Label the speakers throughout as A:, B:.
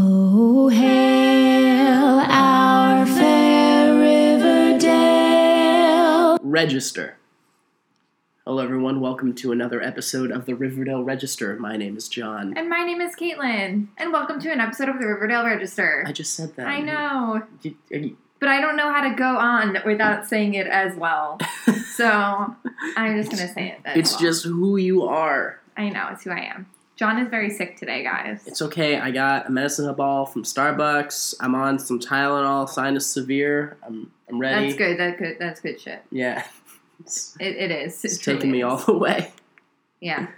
A: Oh, hail our fair Riverdale.
B: Register. Hello, everyone. Welcome to another episode of the Riverdale Register. My name is John.
C: And my name is Caitlin, and welcome to an episode of the Riverdale Register.
B: I just said that.
C: I know,
B: You- you-
C: but I don't know how to go on without saying it as well. so I'm just gonna say it. As
B: It's
C: well.
B: just who you are.
C: I know it's who I am. John is very sick today, guys.
B: It's okay. I got a medicine ball from Starbucks. I'm on some Tylenol. Sinus severe. I'm I'm ready.
C: that's good. That's good. That's good shit.
B: Yeah. It's,
C: It, it is.
B: it's
C: It truly
B: taking me
C: is.
B: all the way.
C: Yeah.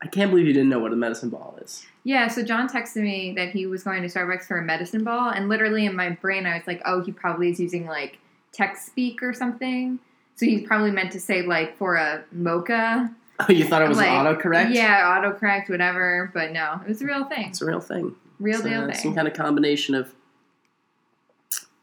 B: I can't believe you didn't know what a medicine ball is.
C: Yeah, so John texted me that he was going to Starbucks for a medicine ball, and literally in my brain, I was like, oh, he probably is using like text speak or something. So he's probably meant to say like for a mocha.
B: Oh, you thought it was
C: Like,
B: autocorrect?
C: Yeah, autocorrect, whatever. But no, it was a real thing,
B: It's a real thing.
C: real
B: It's,
C: deal
B: uh, Some
C: thing.
B: kind of combination of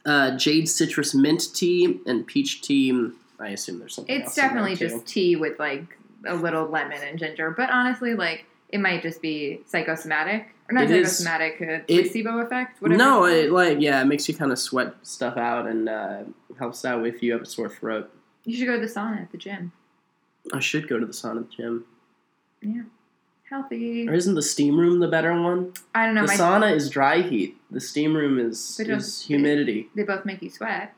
B: uh, jade citrus mint tea and peach tea. and I assume there's something.
C: It's
B: else in there,
C: definitely
B: too.
C: just tea with like a little lemon and ginger. But honestly, like it might just be psychosomatic or not
B: It is-
C: psychosomatic, uh,
B: it-
C: placebo effect. Whatever.
B: no,
C: it's
B: it,
C: called.
B: like yeah, it makes you kind of sweat stuff out and uh, helps out if you have a sore throat.
C: you should go to the sauna at the gym.
B: I should go to the sauna gym.
C: Healthy.
B: Or isn't the steam room the better one?
C: I don't know.
B: the
C: My,
B: sauna is dry heat. The steam room is,
C: But don't-
B: is humidity.
C: they both make you sweat.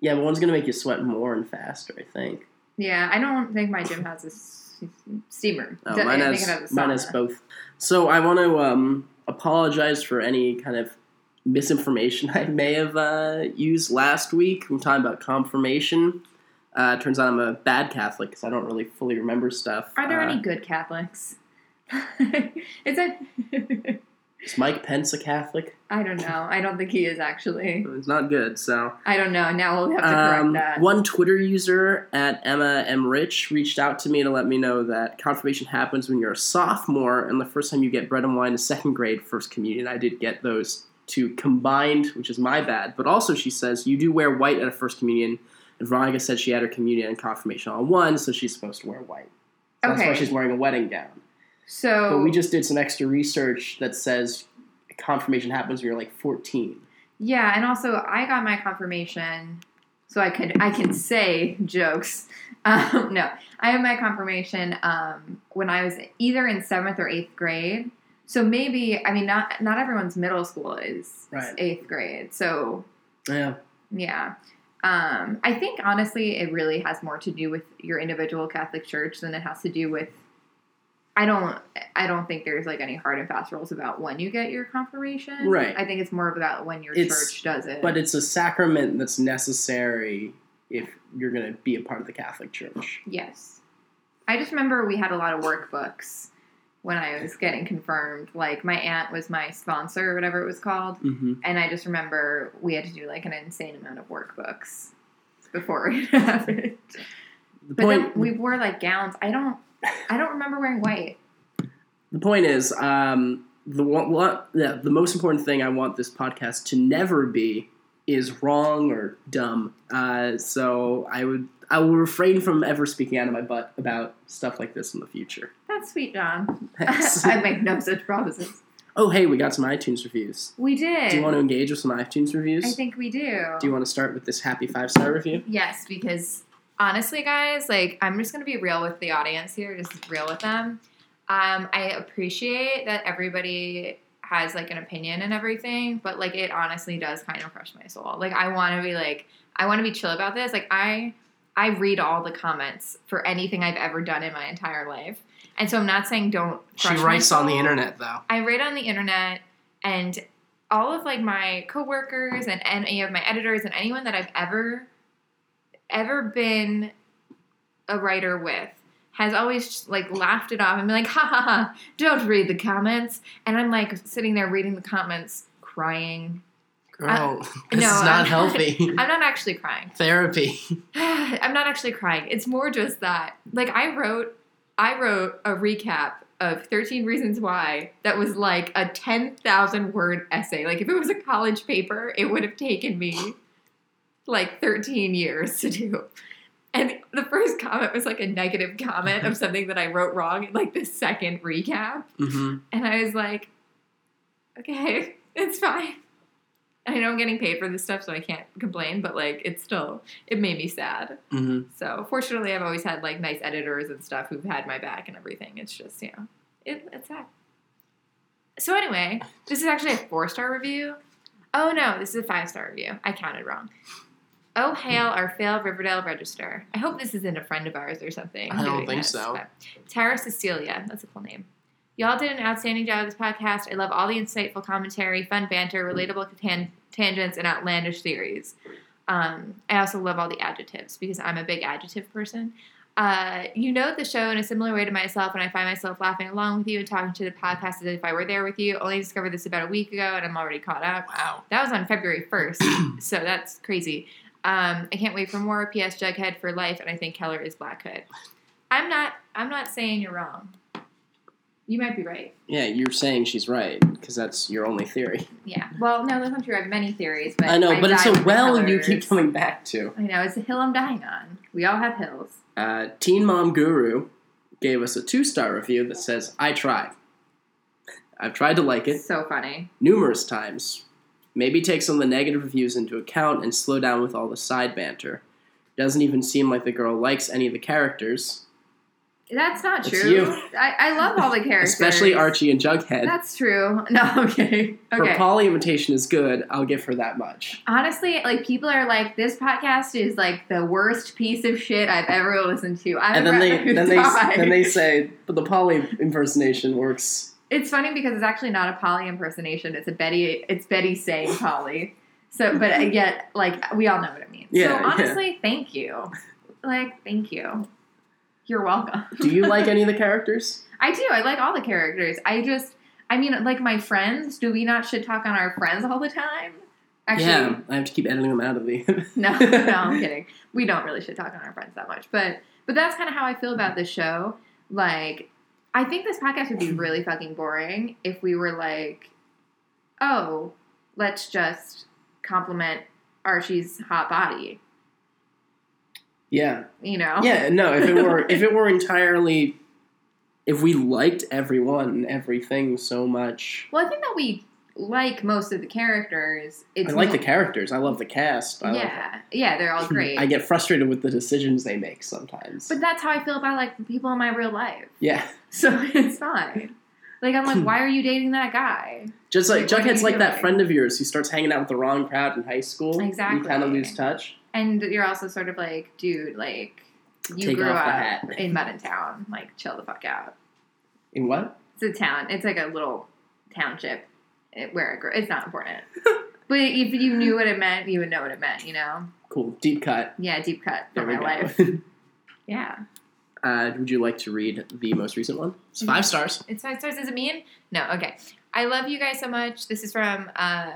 B: Yeah, but one's gonna make you sweat more and faster. I think.
C: Yeah, I don't think my gym has a s- steam room.
B: Oh,
C: Do- I
B: mine
C: think
B: has,
C: it has a
B: mine has
C: sauna.
B: both. So I want to um, apologize for any kind of misinformation I may have uh, used last week. I'm talking about confirmation. Uh, turns out I'm a bad Catholic because I don't really fully remember stuff.
C: Are there
B: Uh,
C: any good Catholics? is it?
B: Is Mike Pence a Catholic?
C: I don't know. I don't think he is actually.
B: It's not good. So
C: I don't know. Now we'll have to correct
B: um,
C: that.
B: one Twitter user at Emma M Rich reached out to me to let me know that confirmation happens when you're a sophomore, and the first time you get bread and wine is second grade, first communion. I did get those two combined, which is my bad. But also, she says you do wear white at a first communion, and Veronica said she had her communion and confirmation on one, so she's supposed to wear white. So That's why
C: Okay. Oh.
B: she's wearing a wedding gown.
C: so
B: But we just did some extra research that says confirmation happens when you're like 14.
C: yeah, and also I got my confirmation, so I could I can say jokes. Um, no, I had my confirmation um, when I was either in seventh or eighth grade. So maybe I mean not not everyone's middle school is
B: Right.
C: eighth grade. So
B: Yeah.
C: Yeah. Um, I think honestly, it really has more to do with your individual Catholic church than it has to do with. I don't. I don't think there's like any hard and fast rules about when you get your confirmation.
B: Right.
C: I think it's more about when your
B: It's-
C: church does it.
B: But it's a sacrament that's necessary if you're going to be a part of the Catholic Church.
C: yes, I just remember we had a lot of workbooks when I was getting confirmed. Like my aunt was my sponsor, or whatever it was called,
B: Mm-hmm.
C: and I just remember we had to do like an insane amount of workbooks before we had it.
B: The
C: But
B: point.
C: then we wore like gowns. I don't. I don't remember wearing white.
B: the point is, um, the one, one, yeah, the most important thing I want this podcast to never be is wrong or dumb. Uh, so I would I will refrain from ever speaking out of my butt about stuff like this in the future.
C: That's sweet, John.
B: Thanks.
C: I make no such promises.
B: oh, hey, we got some iTunes reviews.
C: We did.
B: Do you want to engage with some iTunes reviews?
C: I think we do.
B: Do you want to start with this happy five star review?
C: Yes, because honestly, guys, like I'm just gonna be real with the audience here, just real with them. Um, I appreciate that everybody has like an opinion and everything, but like it honestly does kind of crush my soul. Like I want to be like I want to be chill about this. Like I I read all the comments for anything I've ever done in my entire life, and so I'm not saying don't. Crush my soul.
B: internet though.
C: I read on the internet and all of like my coworkers and any of my editors and anyone that I've ever ever been a writer with has always like laughed it off and been like, ha ha ha, don't read the comments. And I'm like sitting there reading the comments, crying.
B: Girl, this
C: no,
B: is not
C: I'm not.
B: healthy.
C: I'm not actually crying.
B: Therapy.
C: I'm not actually crying. It's more just that like I wrote I wrote a recap of 13 reasons why that was like a 10,000 word essay. Like if it was a college paper, it would have taken me like 13 years to do. And the first comment was like a negative comment of something that I wrote wrong in like the second recap.
B: Mm-hmm.
C: And I was like, okay, It's fine. I know I'm getting paid for this stuff, so I can't complain, but like it's still it made me sad.
B: Mm-hmm.
C: So fortunately I've always had like nice editors and stuff who've had my back and everything. It's just, you know, it, it's sad. So anyway, this is actually a four star review. Oh no, this is a five star review. I counted wrong. Oh hail our fail Riverdale Register. I hope this isn't a friend of ours or something.
B: I don't
C: doing
B: think
C: this,
B: so.
C: but- Tara Cecilia, that's a cool name. Y'all did an outstanding job of this podcast. I love all the insightful commentary, fun banter, relatable tan- tangents, and outlandish theories. Um, I also love all the adjectives because I'm a big adjective person. Uh, you know the show in a similar way to myself, and I find myself laughing along with you and talking to the podcast as if I were there with you. Only discovered this about a week ago, and I'm already caught up.
B: Wow.
C: That was on February 1st, so that's crazy. Um, I can't wait for more. P.S. Jughead for life, and I think Keller is Black Hood. I'm not. I'm not saying you're wrong. You might be right.
B: Yeah, you're saying she's right because that's your only theory.
C: Yeah. Well, no, that's not true. I have many theories, but
B: I know, but it's
C: died
B: a
C: with
B: well you
C: Keller's.
B: keep coming back to.
C: I know it's a hill I'm dying on. We all have hills.
B: Uh, Teen Mom Guru gave us a two star review that says, "I tried. I've tried to like it
C: It's so funny.
B: numerous times. Maybe take some of the negative reviews into account and slow down with all the side banter. Doesn't even seem like the girl likes any of the characters,
C: That's not
B: It's
C: true.
B: you.
C: I, I love all the characters,
B: especially Archie and Jughead.
C: That's true. No, okay, okay.
B: Her Polly imitation is good. I'll give her that much.
C: Honestly, like people are like, this podcast is like the worst piece of shit I've ever listened to. I
B: And
C: would
B: then they then they
C: rather die.
B: then they say, but the Polly impersonation works.
C: It's funny because it's actually not a Polly impersonation. It's a Betty. It's Betty saying Polly. So, but uh, yet, like we all know what it means.
B: Yeah,
C: so
B: yeah.
C: honestly, thank you. Like, thank you. You're welcome.
B: Do you like any of the characters?
C: I do. I like all the characters. I just, I mean, like my friends. Do we not should talk on our friends all the time? Actually,
B: yeah, I have to keep editing them out of the.
C: no, no, I'm kidding. We don't really should talk on our friends that much, but but that's kind of how I feel about this show. Like, I think this podcast would be really fucking boring if we were like, oh, let's just compliment Archie's hot body,
B: yeah,
C: you know?
B: yeah. No, if it were if it were entirely, if we liked everyone and everything so much,
C: Well, I think that we like most of the characters. It's
B: I like
C: mo-
B: the characters. I love the cast. I love,
C: Yeah, yeah, they're all great.
B: I get frustrated with the decisions they make sometimes.
C: but that's how I feel about like people in my real life.
B: yeah,
C: So it's fine. Like I'm
B: Hmm.
C: like, why are you dating that guy?
B: just like
C: Wait, what are
B: Jughead's
C: you
B: like that
C: doing?
B: friend of yours who starts hanging out with the wrong crowd in high school. you
C: Exactly.
B: kind of lose touch.
C: And you're also sort of like, dude, like you
B: Take
C: grew
B: off
C: up
B: the hat.
C: in Mutton Town. Like, chill the fuck out.
B: In what?
C: It's a town. It's like a little township eh, where I grew. It's not important. but if you knew what it meant, you would know what it meant. You know?
B: Cool. Deep cut.
C: Yeah, deep cut
B: There
C: from
B: we
C: my
B: go.
C: life. Yeah,
B: Uh, would you like to read the most recent one? It's
C: Mm-hmm.
B: five stars.
C: it's five stars. Does it mean no? Okay. I love you guys so much. This is from uh,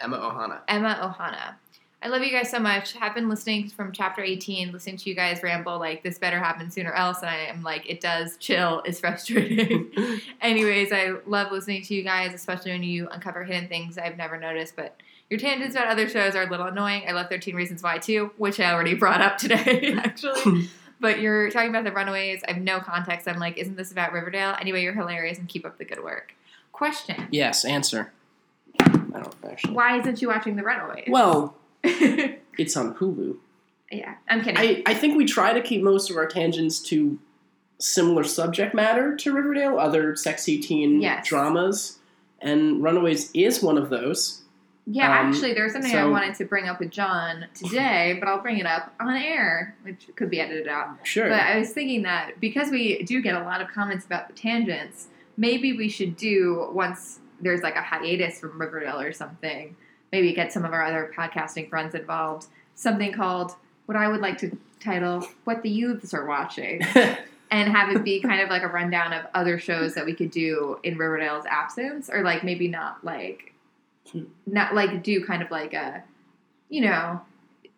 B: Emma Ohana.
C: Emma Ohana. I love you guys so much. Have been listening from chapter 18, listening to you guys ramble like this better happen sooner else. And I am like, it does chill, it's frustrating. Anyways, I love listening to you guys, especially when you uncover hidden things I've never noticed. But your tangents about other shows are a little annoying. I love 13 Reasons Why too, which I already brought up today, actually. but you're talking about the runaways. I have no context. I'm like, isn't this about Riverdale? Anyway, you're hilarious and keep up the good work. Question
B: Yes, answer. I don't actually.
C: Why isn't you watching the runaways?
B: Well, it's on Hulu.
C: Yeah, I'm kidding.
B: I, I think we try to keep most of our tangents to similar subject matter to Riverdale, other sexy teen
C: Yes.
B: dramas, and Runaways is one of those.
C: yeah,
B: um,
C: actually, there's something I
B: so-
C: wanted to bring up with John today, but I'll bring it up on air, which could be edited out.
B: Sure.
C: But I was thinking that because we do get a lot of comments about the tangents, maybe we should do once there's like a hiatus from Riverdale or something, maybe get some of our other podcasting friends involved, something called what I would like to title What the Youths Are Watching. and have it be kind of like a rundown of other shows that we could do in Riverdale's absence, or like maybe not like not like do kind of like a you know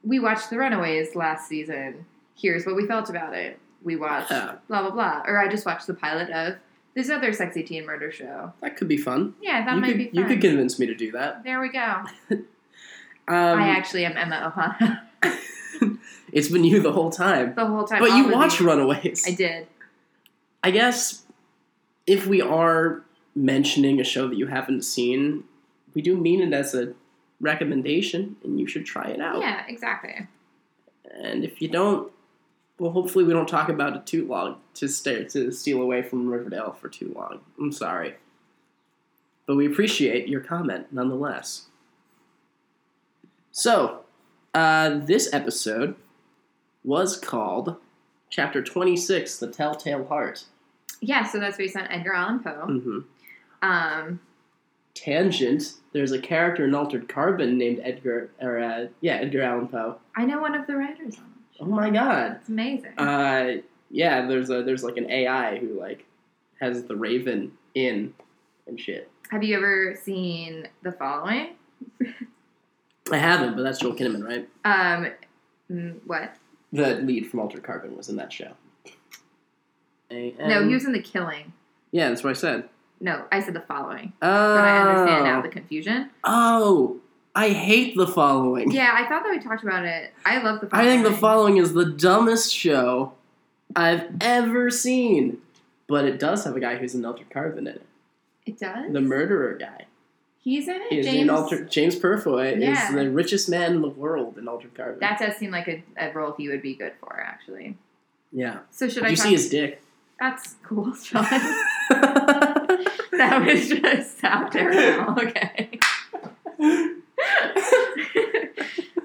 C: we watched The Runaways last season. Here's what we felt about it. We watched
B: Yeah.
C: blah blah blah, or I just watched the pilot of this other sexy teen murder show.
B: that could be fun.
C: Yeah, that
B: you,
C: might
B: could,
C: be fun.
B: you could convince me to do that.
C: there we go.
B: Um,
C: I actually am Emma Ohana
B: it's been you the whole time.
C: the whole time.
B: But
C: all
B: you
C: of
B: watch
C: you.
B: Runaways.
C: I did.
B: I guess if we are mentioning a show that you haven't seen, we do mean it as a recommendation, and you should try it out.
C: Yeah, exactly.
B: And if you don't, well, hopefully we don't talk about it too long to stay, to steal away from Riverdale for too long. I'm sorry, but we appreciate your comment nonetheless. So, uh, this episode was called Chapter Twenty Six: The Telltale Heart.
C: Yeah, so that's based on Edgar Allan Poe.
B: hmm
C: Um,
B: Tangent. There's a character in Altered Carbon named Edgar, or uh, yeah, Edgar Allan Poe.
C: I know one of the writers on it.
B: Oh my god.
C: It's amazing.
B: Uh, yeah, there's a there's like an AI who like has the Raven in and shit.
C: Have you ever seen The Following?
B: I haven't, but that's Joel Kinnaman, right?
C: Um, mm, what?
B: The lead from Altered Carbon was in that show. A-M.
C: no, he was in The Killing.
B: Yeah, that's what I said.
C: No, I said The Following.
B: Oh,
C: But I understand now the confusion.
B: oh, I hate the following.
C: Yeah, I thought that we talked about it. I love The
B: I
C: Following.
B: think the following is the dumbest show I've ever seen, but it does have a guy who's in Altered Carbon in it.
C: It does?
B: The murderer guy
C: He's in it?
B: is
C: James?
B: in Altered. James Purfoy
C: Yeah.
B: is the richest man in the world in Altered Carbon.
C: That does seem like a, a role he would be good for, actually.
B: yeah.
C: So should
B: Did
C: I
B: you
C: talk-
B: see his dick?
C: That's cool, Sean. that was just so terrible. Okay.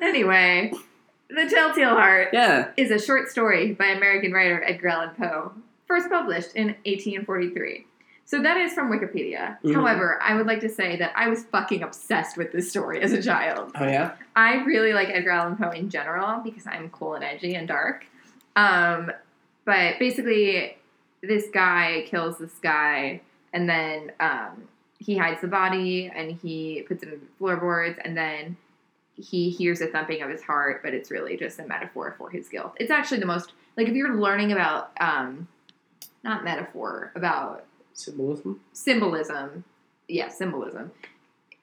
C: anyway, The Telltale Heart
B: yeah.
C: is a short story by American writer Edgar Allan Poe, first published in 1843. So that is from Wikipedia.
B: Mhm.
C: However, I would like to say that I was fucking obsessed with this story as a child.
B: Oh yeah.
C: I really like Edgar Allan Poe in general because I'm cool and edgy and dark. Um, but basically, this guy kills this guy, and then um, he hides the body and he puts it in floorboards, and then he hears a thumping of his heart, but it's really just a metaphor for his guilt. It's actually the most like if you're learning about um, not metaphor about
B: Symbolism.
C: symbolism. Yeah, symbolism.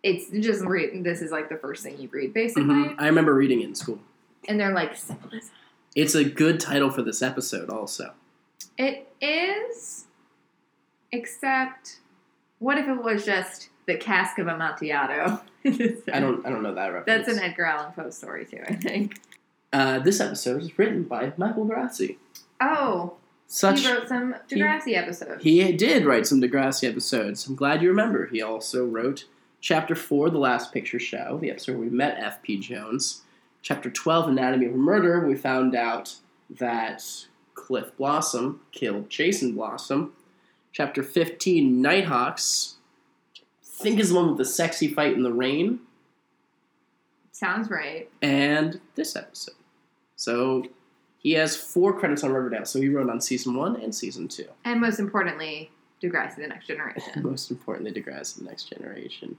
C: It's just read. This is like the first thing you read, basically.
B: Mhm. I remember reading it in school.
C: And they're like symbolism.
B: It's a good title for this episode, also.
C: It is, except, what if it was just the cask of Amontillado?
B: I don't. I don't know that reference.
C: That's an Edgar Allan Poe story too, I think.
B: Uh, this episode was written by Michael Grassi.
C: Oh,
B: Such
C: he wrote some
B: he-
C: Degrassi episodes.
B: He did write some Degrassi episodes. I'm glad you remember. He also wrote Chapter 4, The Last Picture Show, the episode where we met F.P. Jones. Chapter 12, Anatomy of a Murder, we found out that Cliff Blossom killed Jason Blossom. Chapter 15, Nighthawks, I think is the one with the sexy fight in the rain.
C: Sounds right.
B: And this episode. So he has four credits on Riverdale, so he wrote on season one and season two.
C: And most importantly, Degrassi: The Next Generation.
B: most importantly, Degrassi, the next generation.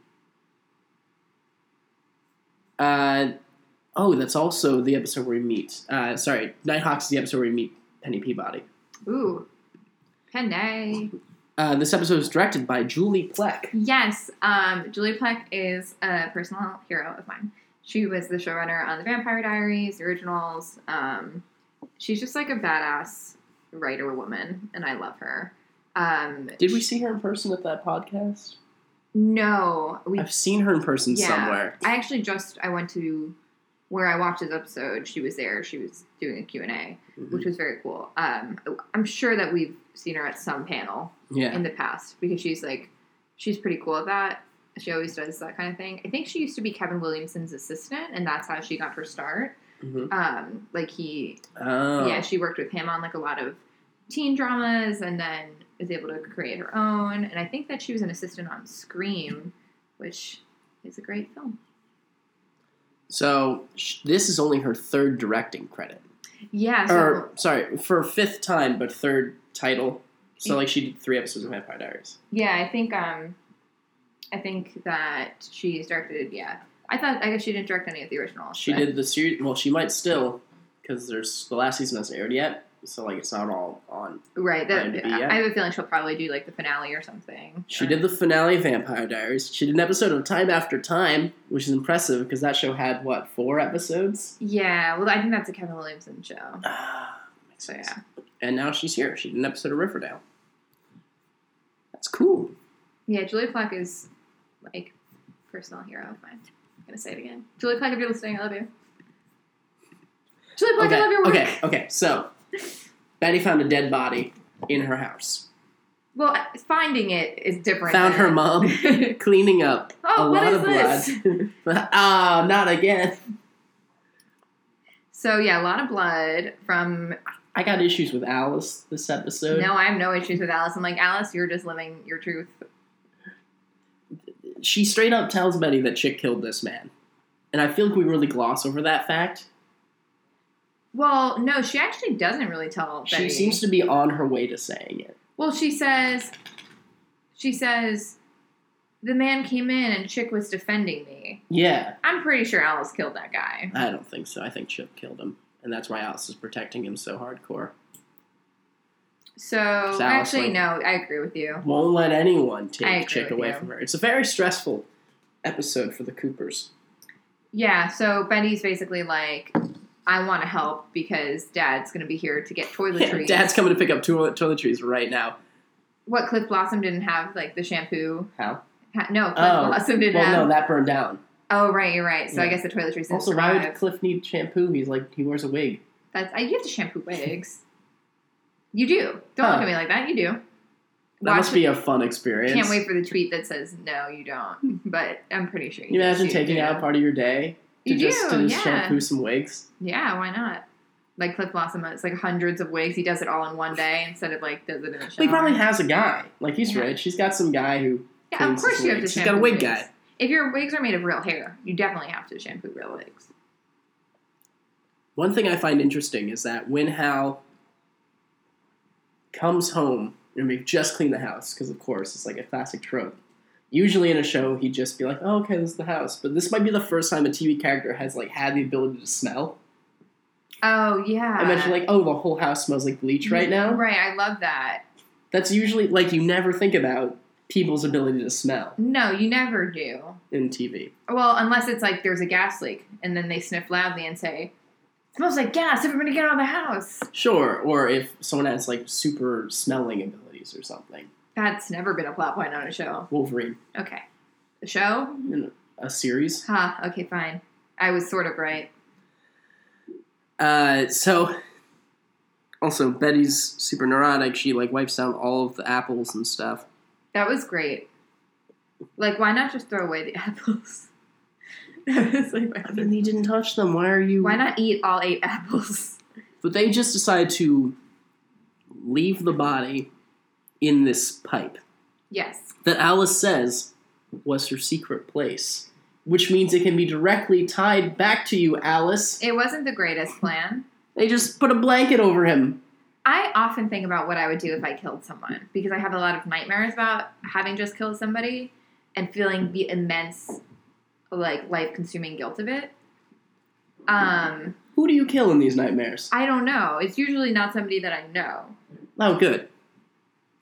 B: Uh, oh, that's also the episode where we meet. Uh, sorry, Nighthawks is the episode where we meet Penny Peabody.
C: Ooh, Penday.
B: Uh, this episode is directed by Julie Pleck.
C: Yes, um, Julie Plec is a personal hero of mine. She was the showrunner on The Vampire Diaries, the originals. Um, she's just like a badass writer woman, and I love her. Um,
B: Did we see her in person at that podcast?
C: No, we.
B: I've seen her in person
C: Yeah.
B: somewhere.
C: I actually just I went to where I watched this episode. She was there. She was doing a Q and A, which was very cool. Um, I'm sure that we've seen her at some panel
B: Mm-hmm. Yeah.
C: in the past because she's like she's pretty cool at that. She always does that kind of thing. I think she used to be Kevin Williamson's assistant, and that's how she got her start.
B: Mhm.
C: Um, like he,
B: Oh.
C: yeah, she worked with him on like a lot of teen dramas, and then was able to create her own. And I think that she was an assistant on Scream, which is a great film.
B: So sh- this is only her third directing credit.
C: Yeah, so
B: Or, sorry, for fifth time, but third title. So, like, she did three episodes of Vampire Diaries.
C: Yeah, I think um, I think that she's directed. Yeah, I thought I guess she didn't direct any of the originals.
B: She
C: but-
B: did the series. Well, she might still, because there's the last season hasn't aired yet, so like it's not all on.
C: Right. That,
B: IMDb,
C: I-
B: yeah.
C: I have a feeling she'll probably do like the finale or something.
B: She
C: Or-
B: did the finale of Vampire Diaries. She did an episode of Time After Time, which is impressive because that show had what four episodes.
C: Yeah. Well, I think that's a Kevin Williamson show.
B: Ah, makes
C: So
B: sense.
C: yeah.
B: And now she's here. She did an episode of Riverdale. That's cool.
C: Yeah. Julie Pluck is like
D: personal hero of mine. I'm gonna say it again. Julie Plank, if you're listening, I love you. Julie Plank, I love your work.
B: okay, okay. So, Betty found a dead body in her house.
C: Well, finding it is different.
B: Found her
C: than-
B: mom cleaning up
D: Oh,
B: a
D: what
B: lot
D: is
B: of
D: this?
B: blood. Ah, not again.
C: So yeah, a lot of blood from.
B: I got issues with Alice this episode.
C: No, I have no issues with Alice. I'm like Alice, you're just living your truth.
B: She straight up tells Betty that Chick killed this man. And I feel like we really gloss over that fact.
C: Well, no, she actually doesn't really tell. Betty.
B: She seems to be on her way to saying it.
C: Well, she says, she says, the man came in and Chick was defending me.
B: Yeah,
C: I'm pretty sure Alice killed that guy.
B: I don't think so. I think Chip killed him. And that's why Alice is protecting him so hardcore.
C: So
B: Alice
C: actually,
B: like-
C: no, I agree with you.
B: Won't let anyone
C: I agree
B: take Chick
C: with
B: away
C: you.
B: from her. It's a very stressful episode for the Coopers.
C: Yeah. So Betty's basically like, I want to help because Dad's going to be here to get toiletries.
B: Dad's coming to pick up toilet toiletries right now.
C: what Cliff Blossom didn't have like the shampoo.
B: How?
C: Ha- No, Cliff
B: Oh.
C: Blossom didn't
B: Well,
C: have.
B: no, that burned down.
C: oh, right, you're right. So I
B: Yeah.
C: guess the toiletries didn't
B: Also, why
C: survive.
B: would Cliff need shampoo? He's like, he wears a wig.
C: That's I, you have to shampoo wigs. You do. Don't
B: Huh.
C: look at me like that. You do.
B: That
C: Watch
B: must be a fun experience.
C: Can't wait for the tweet that says no, you don't. But I'm pretty sure.
B: Can you imagine taking
C: do.
B: out part of your day to
C: You
B: just,
C: do,
B: to just
C: yeah.
B: shampoo some wigs?
C: Yeah, why not? Like Cliff Blossom, it's like hundreds of wigs. He does it all in one day instead of like does it in a shower.
B: He probably has a guy. Like he's
C: Yeah.
B: rich. He's got some guy who
C: Yeah, of
B: cleans
C: course
B: his
C: you have to.
B: wigs. He's
C: Shampoo
B: got a wig
C: wigs.
B: guy.
C: If your wigs are made of real hair, you definitely have to shampoo real wigs.
B: One thing I find interesting is that when Hal comes home and we've just cleaned the house, because of course it's like a classic trope. Usually in a show, he'd just be like, "Oh, okay, this is the house." But this might be the first time a TV character has like had the ability to smell.
C: Oh yeah.
B: I mentioned like, "Oh, the whole house smells like bleach right now."
C: Right, I love that.
B: That's usually like you never think about people's ability to smell
C: No, you never do.
B: in TV.
C: Well, unless it's like there's a gas leak, and then they sniff loudly and say, "Smells like gas! Everybody get out of the house!"
B: Sure, or if someone has like super smelling abilities or something.
C: That's never been a plot point on a show.
B: Wolverine
C: Okay, the show?
B: in a series.
C: Huh? Okay, fine. I was sort of right.
B: Uh, so also Betty's super neurotic. She like wipes down all of the apples and stuff.
C: That was great. Like, why not just throw away the apples? That was like my
B: I mean, they didn't touch them. Why are you?
C: why not eat all eight apples?
B: But they just decide to leave the body in this pipe
C: Yes.
B: that Alice says was her secret place, which means it can be directly tied back to you, Alice.
C: It wasn't the greatest plan.
B: They just put a blanket over him.
C: I often think about what I would do if I killed someone because I have a lot of nightmares about having just killed somebody and feeling the immense, like, life consuming guilt of it. Um,
B: Who do you kill in these nightmares?
C: I don't know. It's usually not somebody that I know.
B: Oh, good.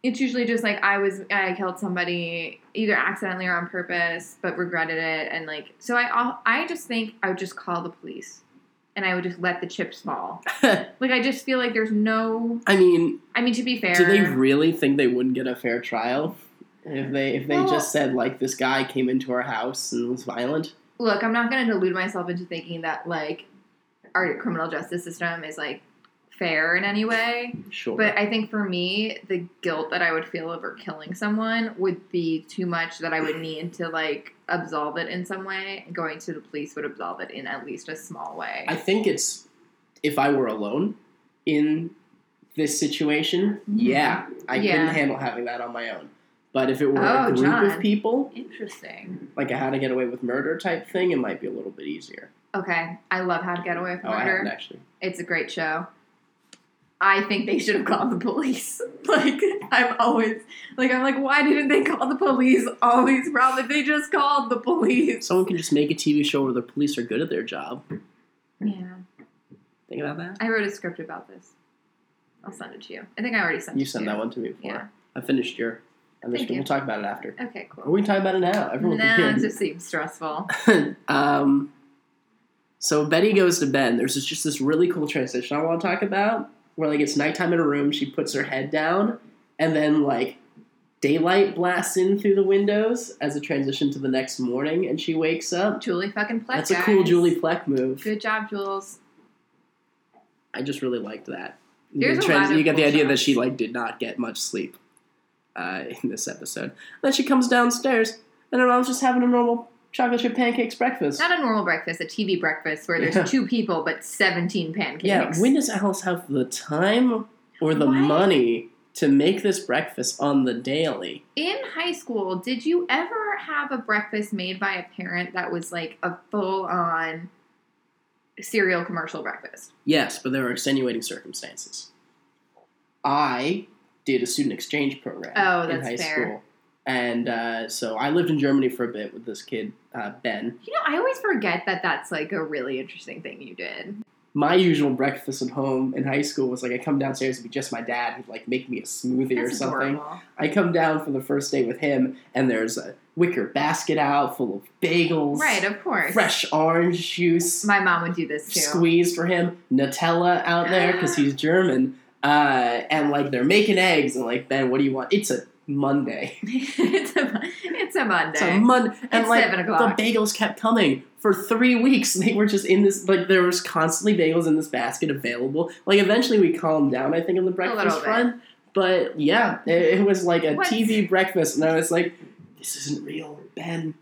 C: It's usually just like I was, I killed somebody either accidentally or on purpose, but regretted it. And like, so I, al- I just think I would just call the police and I would just let the chips fall.
B: I
C: Like, I just feel like there's no,
B: mean,
C: I mean, to be fair.
B: do they really think they wouldn't get a fair trial if they if they
C: Well-
B: just said like this guy came into our house and was violent?
C: look, I'm not going to delude myself into thinking that like our criminal justice system is like fair in any way.
B: Sure.
C: But I think for me, the guilt that I would feel over killing someone would be too much that I would need to like absolve it in some way. Going to the police would absolve it in at least a small way.
B: I think it's if I were alone in this situation,
C: Mhm.
B: yeah, I
C: Yeah.
B: couldn't handle having that on my own. But if it were a
C: Oh,
B: group
C: John.
B: of people,
C: Interesting.
B: like a how to get away with murder type thing, it might be a little bit easier.
C: Okay, I love How to Get Away with
B: Oh, I haven't
C: Murder.
B: actually.
C: it's a great show. I think they should have called the police. Like I'm always like I'm like, why didn't they call the police? All these problems. They just called the police.
B: Someone can just make a TV show where the police are good at their job.
C: Yeah.
B: Think about that.
C: I wrote a script about this. I'll send it to you. I think I already sent
B: You
C: it
B: sent
C: to
B: that one to me before.
C: Yeah.
B: I finished your. And this,
C: Thank you.
B: we'll talk about it after.
C: one. Okay,
B: Or
C: cool.
B: we can talk about it now. Everyone
C: Nah,
B: can
C: it
B: hear.
C: just seems stressful.
B: um, so Betty goes to bed. There's this, just this really cool transition I want to talk about, where like it's nighttime in a room. She puts her head down, and then like daylight blasts in through the windows as a transition to the next morning, and she wakes up.
C: Julie fucking Plec.
B: That's a cool
C: guys.
B: Julie Plec move.
C: Good job, Jules.
B: I just really liked that.
C: There's
B: you
C: a
B: trans-
C: lot of
B: you get the
C: cool
B: idea that
C: shots.
B: she like did not get much sleep uh, in this episode. Then she comes downstairs, and her mom's just having a normal chocolate chip pancakes breakfast.
C: Not a normal breakfast, a TV breakfast where there's
B: Yeah.
C: two people but 17 pancakes.
B: yeah, when does Alice have the time or the
C: What?
B: money to make this breakfast on the daily?
C: In high school, did you ever have a breakfast made by a parent that was like a full on cereal commercial breakfast?
B: Yes, but there are extenuating circumstances. I did a student exchange program
C: Oh,
B: in
C: that's
B: high
C: fair.
B: school. And uh, so I lived in Germany for a bit with this kid, uh, Ben.
C: You know, I always forget that that's like a really interesting thing you did.
B: My usual breakfast at home in high school was like I come downstairs to be just my dad. He'd like make me a smoothie or
C: That's
B: something.
C: adorable.
B: I come down for the first day with him, and there's a wicker basket out full of bagels,
C: Right, of course.
B: fresh orange juice,
C: My mom would do this too.
B: squeeze for him, Nutella out there because he's German, uh, and like they're making eggs, and like Ben, what do you want? It's a Monday.
C: it's, a, Mon- it's a Monday.
B: It's a Monday, and
C: It's
B: like
C: seven o'clock.
B: the bagels kept coming for three weeks. They were just in this like there was constantly bagels in this basket available. Like eventually we calmed down, I think, on the
C: little
B: breakfast
C: bit.
B: front. But yeah, it, it was like a
C: What?
B: TV breakfast, and I was like, "This isn't real, Ben.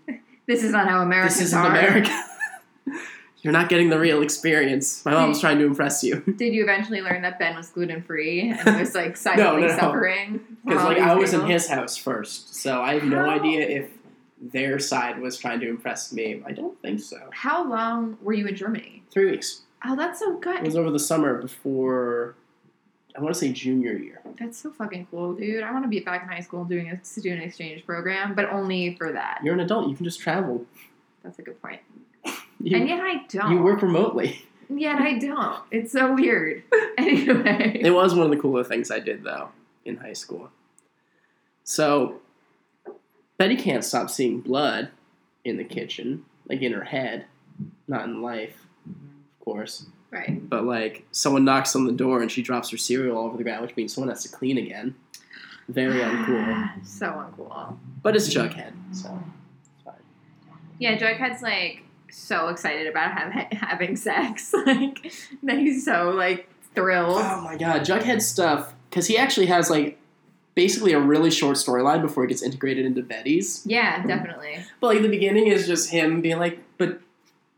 C: this is not how Americans
B: this isn't
C: are.
B: America. You're not getting the real experience. My mom's trying to impress you."
C: Did you eventually learn that Ben was gluten free and was like
B: No,
C: silently
B: no.
C: suffering? from
B: Because
C: all
B: like
C: these
B: I was in
C: bagels?
B: his house first, so I have no
C: How?
B: idea if their side was trying to impress me. I don't think so.
C: How long were you in Germany?
B: Three weeks.
C: Oh, that's so
B: It
C: good.
B: was over the summer before I want to say junior year.
C: That's so fucking cool, dude. I want to be back in high school doing a student exchange program, but only for that.
B: You're an adult. You can just travel.
C: That's a good point. and
B: You,
C: yet I don't.
B: you work remotely.
C: Yet I don't. It's so weird. anyway.
B: It was one of the cooler things I did though in high school. So Betty can't stop seeing blood in the kitchen, like in her head, not in life, of course.
C: Right.
B: But like someone knocks on the door and she drops her cereal all over the ground, which means someone has to clean again. Very uncool.
C: so uncool.
B: But it's Jughead, so it's fine.
C: Yeah, Jughead's like so excited about ha- having sex. like, that he's so like thrilled.
B: Oh my god, Jughead stuff because he actually has like basically a really short storyline before he gets integrated into Betty's.
C: Yeah, definitely.
B: But like the beginning is just him being like, "But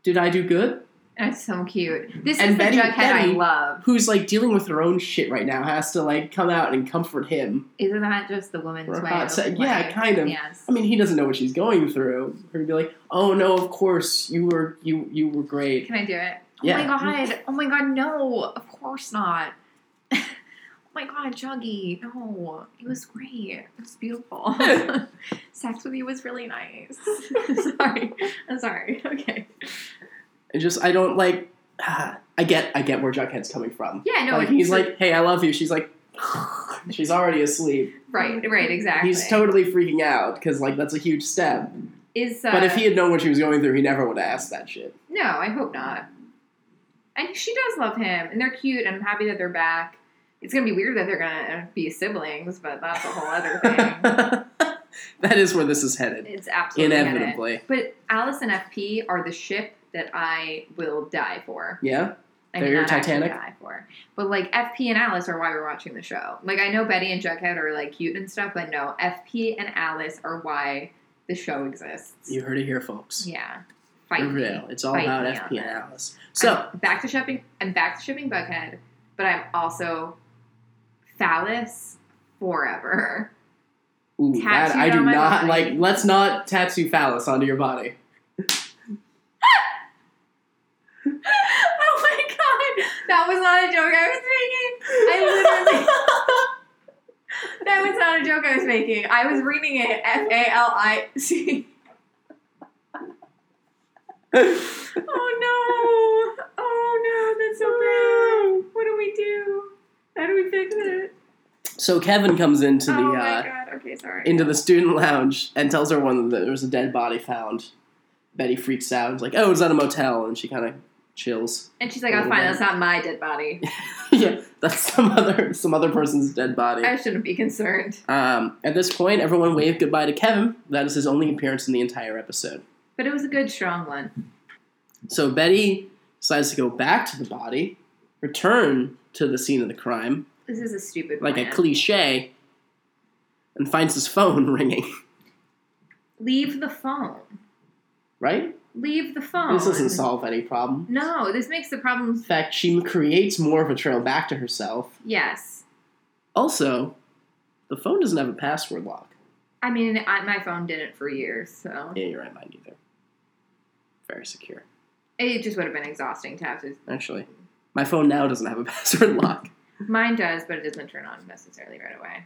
B: did I do good?"
C: That's so cute. This
B: And
C: is
B: Betty-
C: the Jughead
B: Betty-
C: I love.
B: Who's like dealing with her own shit right now has to like come out and comfort him.
C: Isn't that just the woman's
B: Or
C: way?
B: hot
C: of
B: se-
C: life?
B: yeah, kind of.
C: Yes.
B: I mean, he doesn't know what she's going through. Her to be like, "Oh no, of course you were you you were great."
C: Can I do it?
B: Yeah.
C: Oh my god. Oh my god, no. Of course not. oh my god, Juggy. No. It was great. It was beautiful. Sex with you was really nice. sorry. I'm sorry. Okay.
B: And just I don't like. ah, I get I get where Jughead's coming from.
C: Yeah, no,
B: like
C: it's-
B: he's like, "Hey, I love you." She's like, "She's already asleep."
C: Right, right, exactly.
B: He's totally freaking out because like that's a huge step.
C: is uh,
B: but if he had known what she was going through, he never would have asked that shit.
C: No, I hope not. And she does love him, and they're cute, and I'm happy that they're back. It's gonna be weird that they're gonna uh, be siblings, but that's a whole other thing.
B: that is where this is headed,
C: it's absolutely gonna-
B: inevitably.
C: But Alice and FP are the ship that I will die for.
B: Yeah,
C: I
B: They're
C: mean,
B: your
C: not actually
B: Titanic?
C: Die for. But like FP and Alice are why we're watching the show. Like I know Betty and Jughead are like cute and stuff, but no, FP and Alice are why the show exists.
B: you heard it here, folks.
C: yeah,
B: For
C: fight me.
B: real, it's all
C: Fight
B: about
C: me on
B: FP and
C: that.
B: Alice. So
C: I'm back to shipping. I'm back to shipping Bughead, but I'm also phallus forever.
B: ooh, that,
C: Tattooed
B: I do
C: on my
B: not
C: body.
B: like. Let's not tattoo phallus onto your body.
C: oh my god, that was not a joke I was making. I literally. That was not a joke I was making. I was reading it F A L I C. Oh no! Oh no! That's so bad. What do we do? How do we fix it?
B: so Kevin comes into the
C: oh
B: uh,
C: my god. Okay, sorry.
B: into the student lounge and tells everyone that there was a dead body found. Betty freaks out. and is like, "Oh, it was at a motel," and she kind of Chills.
C: And she's like, "Oh, fine, that's not my dead body.
B: yeah, that's some other some other person's dead body.
C: I shouldn't be concerned."
B: Um, at this point, everyone waved goodbye to Kevin. That is his only appearance in the entire episode.
C: But it was a good, strong one.
B: So Betty decides to go back to the body, return to the scene of the crime,
C: This is a stupid
B: like a
C: plan.
B: cliche, and finds his phone ringing.
C: Leave the phone.
B: Right?
C: Leave the phone.
B: This doesn't solve any problem.
C: Oh, No, this makes the
B: In
C: problem.
B: fact, she creates more of a trail back to herself.
C: Yes,
B: Also, the phone doesn't have a password lock.
C: I mean, I, my phone did it for years, so
B: Yeah, you're right, mine either. Very secure,
C: it just would have been exhausting to have to.
B: actually. My phone now doesn't have a password lock.
C: Mine does, but it doesn't turn on necessarily right away.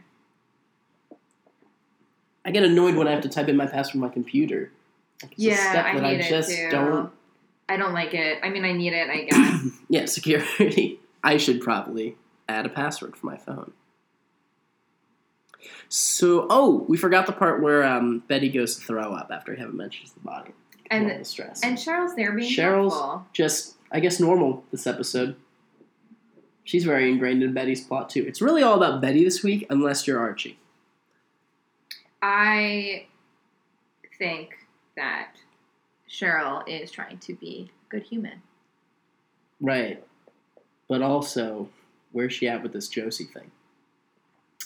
B: I get annoyed when I have to type in my password on my computer. Like, It's a
C: yeah,
B: step
C: I
B: that
C: hate
B: I just
C: it too.
B: don't.
C: I don't like it. I mean, I need it. I guess.
B: Yeah, security. I should probably add a password for my phone. So, oh, we forgot the part where um, Betty goes to throw up after Kevin mentions the body.
C: And-
B: Normal stress.
C: and Cheryl's there being
B: Cheryl's-
C: helpful.
B: just I guess normal this episode. She's very ingrained in Betty's plot too. It's really all about Betty this week, unless you're Archie.
C: I think that Cheryl is trying to be a good human.
B: Right. But also, where's she at with this Josie thing?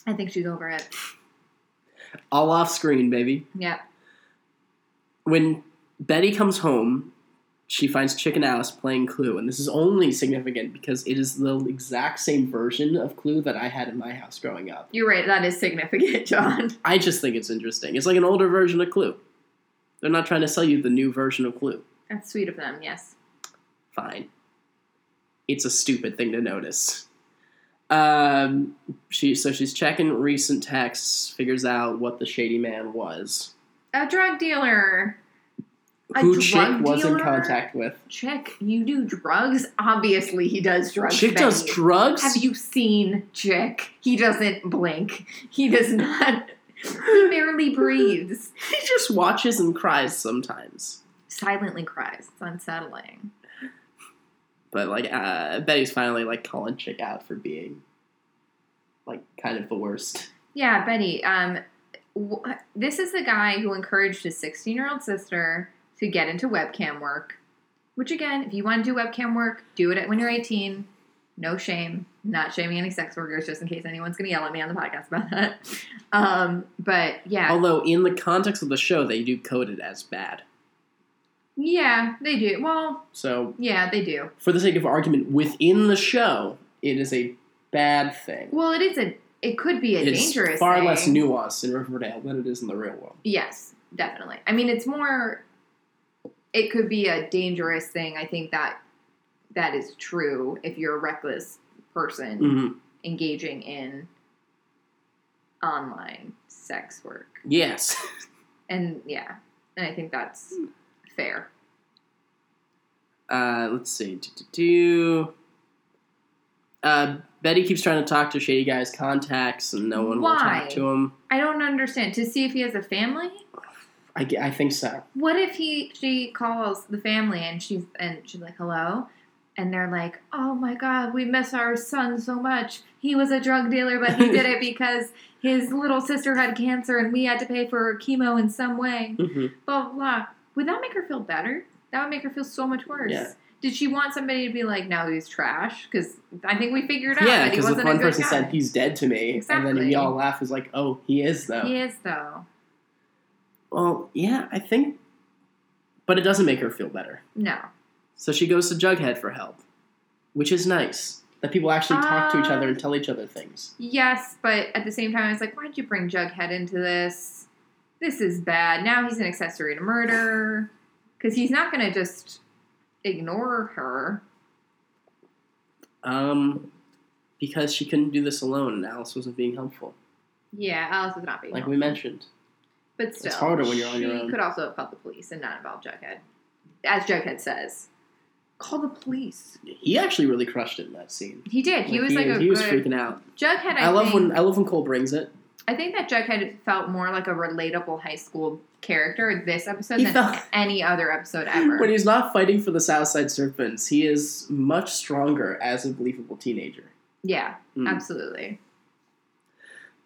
C: I think she's over it.
B: All off screen, baby.
C: Yeah.
B: When Betty comes home, she finds Chicken Alice playing Clue, and this is only significant because it is the exact same version of Clue that I had in my house growing up.
C: You're right. That is significant, John.
B: I just think it's interesting. It's like an older version of Clue. They're not trying to sell you the new version of Clue.
C: That's sweet of them. Yes.
B: fine. It's a stupid thing to notice. Um, she so she's checking recent texts, figures out what the shady man was,
C: A drug dealer. A
B: who
C: drug
B: Chick was in
C: dealer?
B: contact with.
C: Chick, you do drugs. Obviously, he does drugs.
B: Chick does
C: Benny.
B: drugs.
C: Have you seen Chick? He doesn't blink. He does not. He barely breathes.
B: he just watches and cries sometimes.
C: Silently cries. It's unsettling.
B: But like uh, Betty's finally like calling Chick out for being like kind of the worst.
C: Yeah, Betty. Um, w- this is the guy who encouraged his 16 year old sister to get into webcam work. Which, again, if you want to do webcam work, do it at- when you're 18. No shame. Not shaming any sex workers, just in case anyone's going to yell at me on the podcast about that. Um, but yeah,
B: Although in the context of the show, they do code it as bad.
C: yeah, they do. Well,
B: So
C: yeah, they do.
B: for the sake of argument, within the show, it is a bad thing.
C: Well, it is a. It could be a
B: It's
C: dangerous.
B: far
C: thing.
B: less nuanced in Riverdale than it is in the real world.
C: Yes, definitely. I mean, it's more. It could be a dangerous thing. I think that that is true if you're a reckless person
B: Mm-hmm.
C: engaging in online sex work,
B: Yes.
C: and yeah, and I think that's fair.
B: Uh, let's see. Do, do, do. Uh, Betty keeps trying to talk to Shady Guy's contacts, and no one will
C: Why?
B: talk to him.
C: I don't understand to see if he has a family.
B: I, ge- I think so.
C: What if he she calls the family and she's and she's like hello, and they're like oh my god we miss our son so much he was a drug dealer but he did it because his little sister had cancer and we had to pay for her chemo in some way
B: Mhm.
C: blah blah. blah. Would that make her feel better? That would make her feel so much worse.
B: Yeah.
C: Did she want somebody to be like no he's trash? Because I think we figured out
B: Yeah,
C: that he
B: because
C: wasn't
B: if
C: a
B: one
C: good
B: person
C: guy.
B: said he's dead to me, and then
C: Exactly.
B: we all laugh, is like, oh, he is though.
C: he is though.
B: Well, yeah, I think, but it doesn't make her feel better.
C: No.
B: So she goes to Jughead for help, which is nice that people actually talk to each other
C: Um,
B: and tell each other things.
C: Yes, but at the same time, I was like, why'd you bring Jughead into this? This is bad. Now he's an accessory to murder. Because he's not going to just ignore her.
B: Um, because she couldn't do this alone, and Alice wasn't being helpful,
C: Yeah, Alice is not being
B: like
C: helpful.
B: we mentioned.
C: But still,
B: harder when you're on your
C: she
B: own.
C: could also have called the police and not involved Jughead. As Jughead says, call the police.
B: He actually really crushed it in that scene.
C: He did. He was like a
B: he was
C: good
B: freaking out.
C: Jughead. I,
B: I, love
C: think-
B: when I love when Cole brings it.
C: I think that Jughead felt more like a relatable high school character this episode
B: He
C: than
B: felt-
C: any other episode ever.
B: When he's not fighting for the Southside Serpents, he is much stronger as a believable teenager.
C: yeah,
B: Mm.
C: absolutely.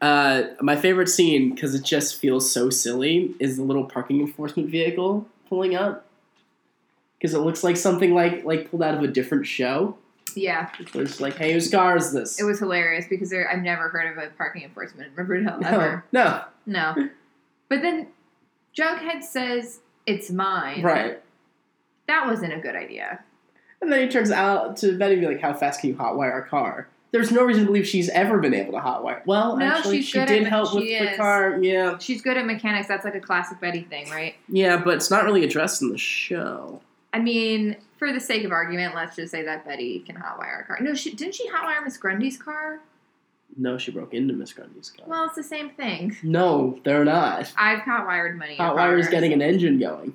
B: Uh, my favorite scene, because it just feels so silly, is the little parking enforcement vehicle pulling up. Because it looks like something like like pulled out of a different show.
C: Yeah,
B: It's just like, hey, whose car is this?
C: it was hilarious because there, I've never heard of a parking enforcement in Riverdale
B: no,
C: ever.
B: no,
C: No. But then Jughead says, It's mine.
B: right.
C: That wasn't a good idea.
B: And then he turns out to Betty, and be like, how fast can you hotwire a car? There's no reason to believe she's ever been able to hotwire. Well,
C: No,
B: actually,
C: she's
B: she
C: good
B: did
C: at-
B: help
C: she
B: with the
C: is.
B: car. Yeah,
C: She's good at mechanics. That's like a classic Betty thing, right?
B: yeah, but it's not really addressed in the show.
C: I mean, for the sake of argument, let's just say that Betty can hotwire a car. No, she didn't she hotwire Miss Grundy's car?
B: No, she broke into Miss Grundy's car.
C: Well, it's the same thing.
B: no, they're not.
C: I've hotwired many.
B: Hotwire's
C: cars.
B: getting an engine going.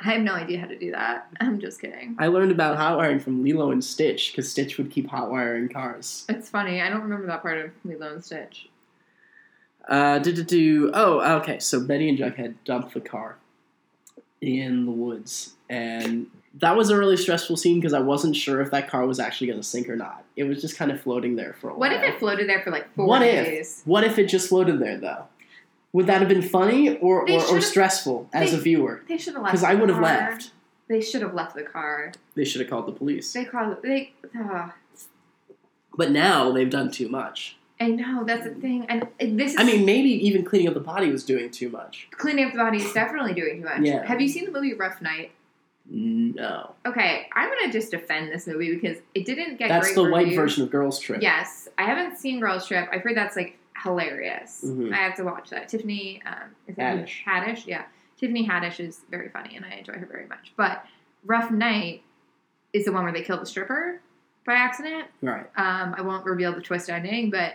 C: I have no idea how to do that. I'm just kidding.
B: I learned about hotwiring from Lilo and Stitch because Stitch would keep hotwiring cars.
C: It's funny. I don't remember that part of Lilo and Stitch.
B: Uh, do do do. Oh, okay. So Betty and Jughead dump the car in the woods, and that was a really stressful scene because I wasn't sure if that car was actually going to sink or not. It was just kind of floating there for a
C: What
B: while.
C: if it floated there for like four
B: What if?
C: days?
B: What if it just floated there though? Would that have been funny or
C: They
B: or, or
C: should've-
B: stressful as a
C: they-
B: viewer?
C: They should have left.
B: Because I
C: the
B: would have
C: car.
B: laughed.
C: They should have left the car.
B: They should have called the police.
C: They call they. Uh,
B: But now they've done too much.
C: I know that's the thing, and this is.
B: I mean, maybe even cleaning up the body was doing too much.
C: cleaning up the body is definitely doing too much.
B: Yeah.
C: Have you seen the movie Rough Night?
B: No.
C: Okay, I'm gonna just defend this movie because it didn't get.
B: That's
C: great
B: the white
C: reviews.
B: version of Girls Trip.
C: Yes, I haven't seen Girls Trip. I've heard that's like hilarious.
B: Mhm.
C: I have to watch that. Tiffany um, is it
B: Haddish.
C: Haddish, yeah. Tiffany Haddish is very funny, and I enjoy her very much. But Rough Night is the one where they kill the stripper by accident.
B: Right.
C: Um, I won't reveal the twist ending, but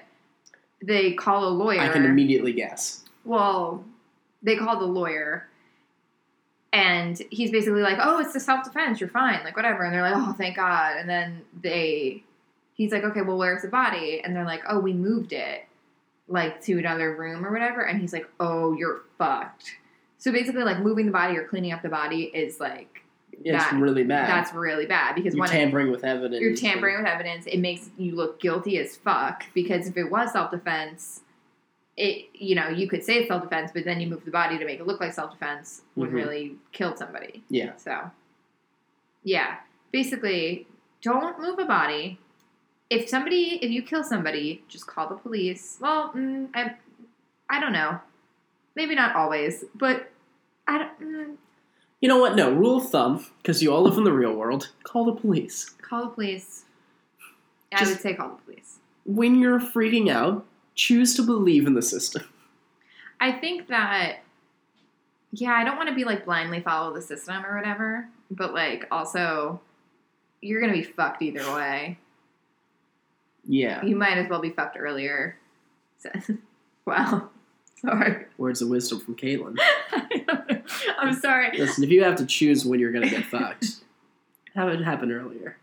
C: they call a lawyer.
B: I can immediately guess.
C: well, they called the lawyer, and he's basically like, "Oh, it's the self defense. You're fine. Like whatever." And they're like, "Oh, thank God." And then they, he's like, "Okay, well, where's the body?" And they're like, "Oh, we moved it, like to another room or whatever." And he's like, "Oh, you're fucked." So basically, like moving the body or cleaning up the body is like
B: It's
C: That-
B: really bad.
C: that's really bad because
B: you're
C: one
B: tampering with evidence.
C: you're tampering with evidence. It makes you look guilty as fuck because if it was self defense, it you know you could say it's self defense, but then you move the body to make it look like self defense when
B: Mhm.
C: really killed somebody.
B: Yeah.
C: So, yeah, basically, don't move a body. If somebody, if you kill somebody, just call the police. Well, mm, I, I don't know. Maybe not always, but I don't, mm,
B: You know what? No rule of thumb, because you all live in the real world. Call the police
C: call the police. I
B: Just-
C: would say call the police.
B: when you're freaking out. Choose to believe in the system.
C: I think that yeah, I don't want to be like blindly follow the system or whatever, but like also you're going to be fucked either way.
B: Yeah.
C: You might as well be fucked earlier. So, wow. Sorry.
B: Words of wisdom from Caitlin.
C: I'm sorry.
B: Listen, if you have to choose when you're gonna get fucked, have it happen earlier.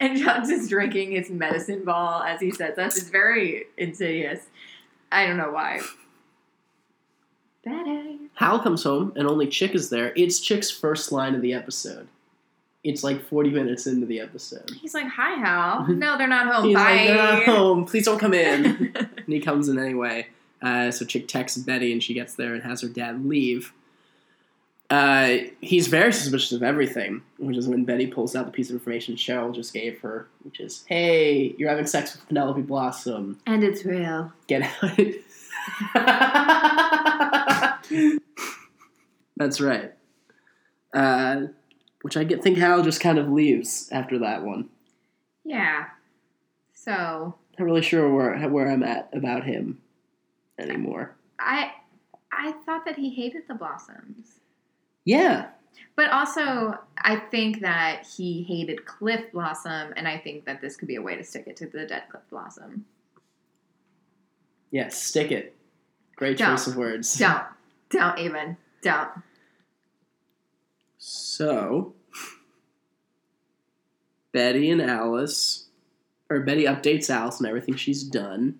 C: And John's is drinking his medicine ball as he says that. It's very insidious. I don't know why. Betty.
B: Hal comes home and only Chick is there. It's Chick's first line of the episode. It's like 40 minutes into the episode.
C: He's like, hi, Hal. No, they're not home.
B: He's
C: Oh, Bye.
B: like, "They're not home. Please don't come in. and he comes in anyway. Uh, so Chick texts Betty, and she gets there and has her dad leave. Uh, he's very suspicious of everything, which is when Betty pulls out the piece of information Cheryl just gave her, which is, "Hey, you're having sex with Penelope Blossom.
C: and it's real.
B: Get out." That's right. Uh, which I get, think Hal just kind of leaves after that one.
C: Yeah. So
B: not really sure where where I'm at about him anymore.
C: I I thought that he hated the blossoms.
B: Yeah,
C: But also I think that he hated Cliff Blossom and I think that this could be a way to stick it to the dead Cliff Blossom.
B: yeah, stick it. Great
C: Don't.
B: choice of words.
C: Don't. Don't even. Don't.
B: So, Betty and Alice, or Betty updates Alice on everything she's done,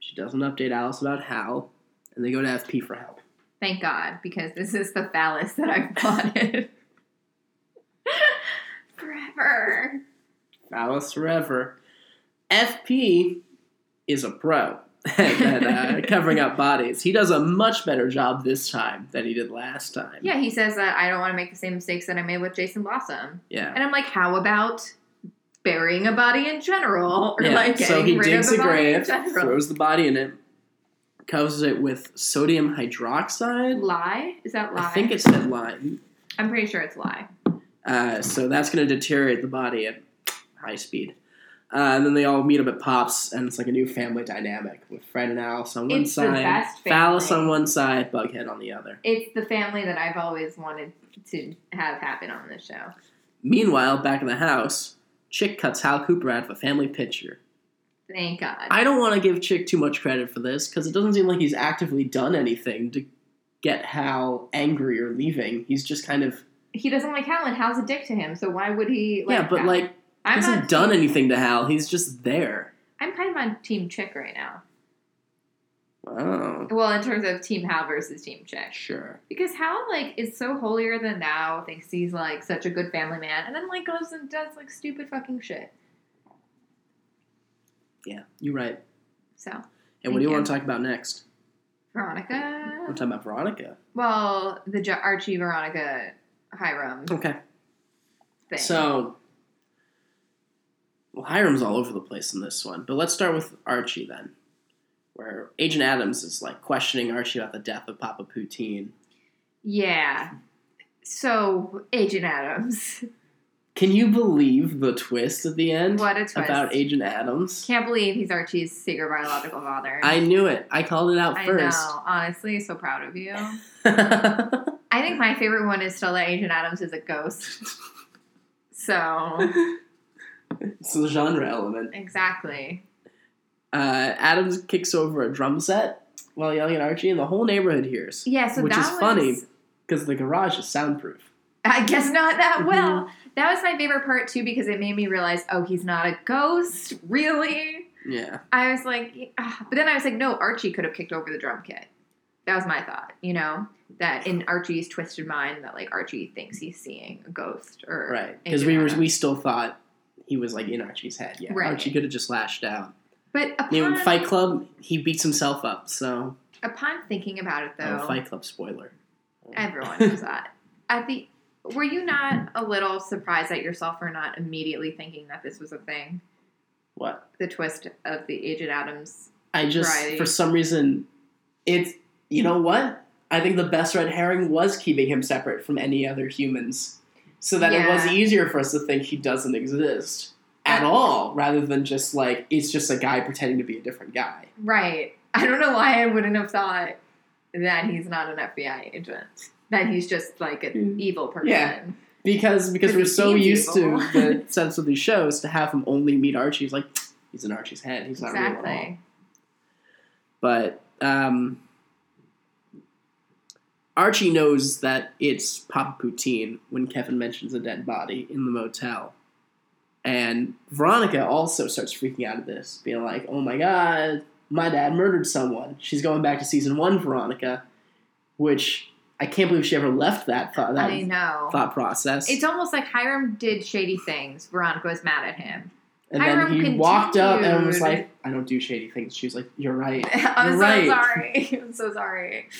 B: She doesn't update Alice about Hal, and they go to FP for help.
C: Thank God, because this is the phallus that I've wanted.
D: Forever.
B: Alice forever. FP is a pro at uh, covering up bodies. He does a much better job this time than he did last time.
C: yeah, he says that I don't want to make the same mistakes that I made with Jason Blossom.
B: Yeah.
C: And I'm like, how about burying a body in general? Or
B: Yeah,
C: like getting
B: so he
C: rid
B: digs
C: of
B: a
C: the body
B: grave,
C: in general?
B: throws the body in it, covers it with sodium hydroxide.
C: Lie? Is that lie?
B: I think it said lime.
C: I'm pretty sure it's lie.
B: Uh, so that's going to deteriorate the body at high speed. Uh, and then they all meet up at Pops, and it's like a new family dynamic with Fred and Alice on one
C: It's the
B: side,
C: best
B: Phallus
C: family.
B: on one side, Bughead on the other.
C: It's the family that I've always wanted to have happen on this show.
B: Meanwhile, back in the house, Chick cuts Hal Cooper out of a family picture.
C: Thank God.
B: I don't want to give Chick too much credit for this because it doesn't seem like he's actively done anything to get Hal angry or leaving. He's just kind of
C: he doesn't like Hal, and Hal's a dick to him, so why would he? Like
B: yeah, but
C: Hal?
B: like
C: I'm
B: hasn't
C: on
B: done
C: team-
B: anything to Hal. He's just there.
C: I'm kind of on Team Chick right now.
B: Wow,
C: Well, in terms of Team Hal versus Team Chick,
B: Oh, sure.
C: because Hal like is so holier than thou, thinks he's like such a good family man, and then like goes and does like stupid fucking shit.
B: Yeah, you're right.
C: So
B: And what do
C: Thank
B: you
C: you.
B: want to talk about next? I'm
C: Veronica,
B: talking about Veronica.
C: well, the jo- Archie Veronica Hiram
B: Okay.
C: thing.
B: So, well, Hiram's all over the place in this one, but let's start with Archie then, where Agent Adams is like questioning Archie about the death of Papa Poutine.
C: yeah, so Agent Adams,
B: Can you believe the twist at the end
C: what a twist!
B: about Agent Adams?
C: Can't believe he's Archie's secret biological father.
B: I knew it. I called it out
C: I
B: first.
C: know. Honestly, so proud of you. I think my favorite one is still that Agent Adams is a ghost. So
B: it's the genre element.
C: exactly.
B: Uh, Adams kicks over a drum set while yelling at Archie, and the whole neighborhood hears
C: Yeah. So
B: Which
C: that
B: is
C: was,
B: funny. because the garage is soundproof.
C: I guess not
B: Mm-hmm.
C: that well. That was my favorite part too because it made me realize, oh, he's not a ghost, really.
B: Yeah.
C: I was like, ah. but then I was like, no, Archie could have kicked over the drum kit. That was my thought, you know, that in Archie's twisted mind, that like Archie thinks he's seeing a ghost or
B: Right, because
C: Agent
B: we were
C: Adams.
B: we still thought he was like in Archie's head. Yeah,
C: Right.
B: Archie could have just lashed out.
C: But
B: I mean,
C: upon,
B: Fight Club, he beats himself up. So,
C: upon thinking about it though,
B: oh, Fight Club spoiler.
C: Everyone knows that. At the were you not a little surprised at yourself for not immediately thinking that this was a thing?
B: what?
C: The twist of the Agent Adams.
B: I just
C: Variety.
B: for some reason, it's you know what? I think the best red herring was keeping him separate from any other humans, so that it was
C: Yeah.
B: easier for us to think he doesn't exist at all, rather than just like it's just a guy pretending to be a different guy.
C: Right. I don't know why I wouldn't have thought that he's not an FBI agent. That he's just like an
B: Mm.
C: evil person.
B: Yeah. because because
C: Because
B: we're
C: he
B: so
C: seems
B: used
C: evil.
B: to the sense of these shows to have him only meet Archie. He's like he's in Archie's head. He's not real at all.
C: Exactly.
B: But um, Archie knows that it's Papa Poutine when Kevin mentions a dead body in the motel. And Veronica also starts freaking out at this, being like, oh my god, my dad murdered someone. She's going back to season one, Veronica, which I can't believe she ever left that thought,
C: I
B: that
C: know.
B: thought process.
C: It's almost like Hiram did shady things. Veronica was mad at him.
B: And
C: Hiram
B: then he walked up and
C: continued.
B: was like, I don't do shady things. She was like, You're right.
C: I'm
B: You're
C: so
B: right.
C: sorry. I'm so sorry.
B: Yes.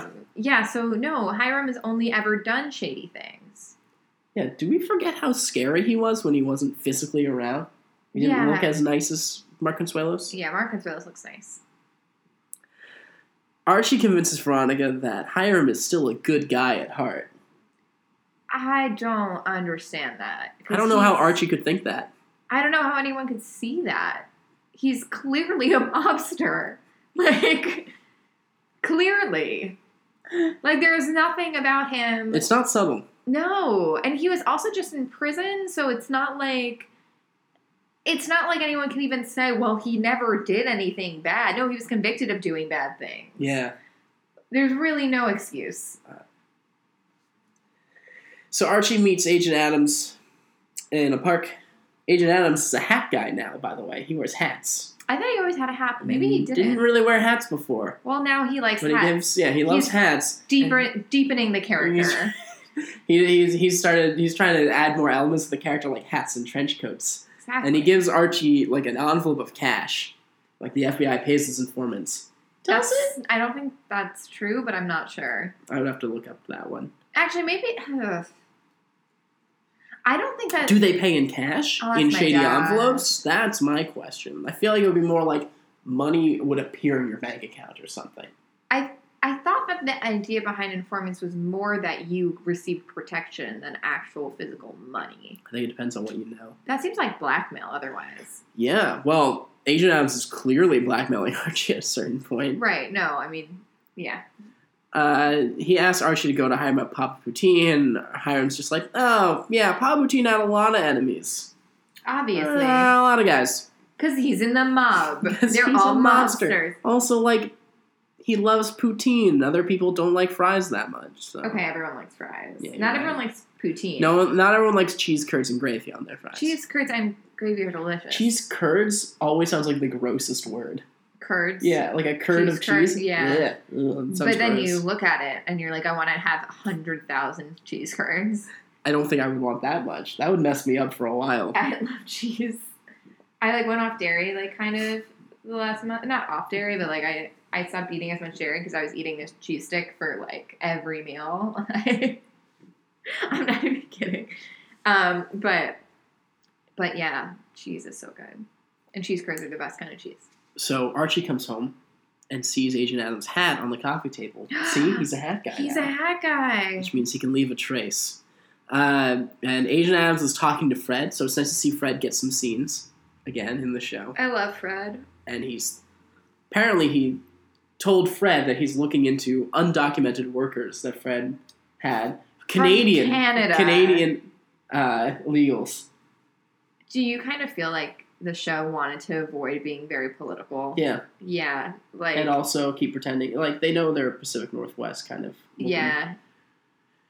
C: Um, yeah, so no, Hiram has only ever done shady things.
B: Yeah, do we forget how scary he was when he wasn't physically around? He didn't
C: Yeah.
B: look as nice as Mark Consuelos.
C: Yeah, Mark Consuelos looks nice.
B: Archie convinces Veronica that Hiram is still a good guy at heart.
C: I don't understand that.
B: I don't know how
C: He's-
B: Archie could think that.
C: I don't know how anyone could see that. He's clearly a mobster. Like, clearly. Like, there is nothing about him.
B: It's not subtle.
C: No, and he was also just in prison, so it's not like it's not like anyone can even say, "Well, he never did anything bad." No, he was convicted of doing bad things.
B: Yeah.
C: There's really no excuse.
B: So Archie meets Agent Adams in a park. Agent Adams is a hat guy now, by the way. He wears hats.
C: I thought he always had a hat, but maybe he didn't.
B: Didn't really wear hats before.
C: well, now he likes
B: But he
C: hats.
B: gives, yeah, he loves
C: He's
B: hats.
C: Deeper, deepening the character.
B: He, he's, he's started. He's trying to add more elements to the character, like hats and trench coats.
C: exactly.
B: And he gives Archie like an envelope of cash, like the FBI pays his informants.
C: that's, I don't think that's true, but I'm not sure.
B: I would have to look up that one.
C: Actually, maybe. ugh. I don't think that.
B: Do they pay in cash
C: Oh, that's
B: in
C: my
B: shady
C: dad.
B: envelopes? That's my question. I feel like it would be more like money would appear in your bank account or something.
C: I I thought that the idea behind informants was more that you received protection than actual physical money.
B: I think it depends on what you know.
C: That seems like blackmail otherwise.
B: Yeah. Well, Agent Adams is clearly blackmailing Archie at a certain point.
C: Right, no, I mean, yeah.
B: Uh, he asks Archie to go to Hiram at Papa Poutine, and Hiram's just like, "Oh, yeah, Papa Poutine had a lot of enemies. Uh,
C: Obviously.
B: a lot of guys.
C: Because he's in the mob.
B: 'Cause
C: They're
B: he's a
C: all
B: mobster.
C: mobsters.
B: Also, like, he loves poutine. Other people don't like fries that much. So.
C: Okay, everyone likes fries.
B: Yeah, you're
C: Not
B: right.
C: everyone likes poutine.
B: No, one- not everyone likes cheese curds and gravy on their fries.
C: Cheese curds and gravy are delicious.
B: Cheese curds always sounds like the grossest word.
C: curds.
B: Yeah, like a curd
C: Cheese
B: of
C: curd,
B: cheese.
C: yeah.
B: Ugh, it sounds
C: But then
B: gross.
C: you look at it and you're like, I want to have 100,000 cheese curds.
B: I don't think I would want that much. That would mess me up for a while.
C: I love cheese. I like went off dairy like kind of the last month. Not off dairy, but like I I stopped eating as much dairy because I was eating this cheese stick for like every meal. I'm not even kidding. Um, but but yeah, cheese is so good, and cheese curds are the best kind of cheese.
B: So Archie comes home and sees Agent Adams' hat on the coffee table. See, he's a hat guy.
C: He's a
B: now,
C: hat guy.
B: which means he can leave a trace. Uh, and Agent Adams is talking to Fred, so it's nice to see Fred get some scenes again in the show.
C: I love Fred.
B: And he's apparently he told Fred that he's looking into undocumented workers that Fred had Canadian
C: Canada.
B: Canadian uh, illegals.
C: Do you kind of feel like the show wanted to avoid being very political?
B: Yeah,
C: Yeah, like
B: and also keep pretending like they know they're Pacific Northwest kind of. looking
C: Yeah.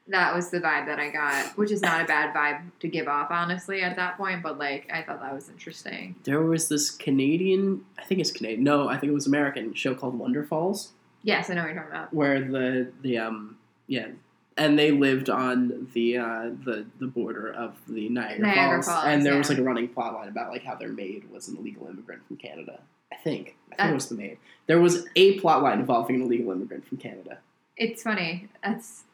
C: That was the vibe that I got, which is not a bad vibe to give off, honestly, at that point, but like I thought that was interesting.
B: there was this Canadian, I think it's Canadian. No, I think it was American show called Wonder Falls,
C: Yes, I know what you're talking about.
B: where the the um yeah, and they lived on the uh, the the border of the Niagara,
C: Niagara Falls,
B: and there was
C: yeah.
B: like a running plot line about like how their maid was an illegal immigrant from Canada. I think I think
C: Uh,
B: it was the maid. There was a plot line involving an illegal immigrant from Canada.
C: It's funny. That's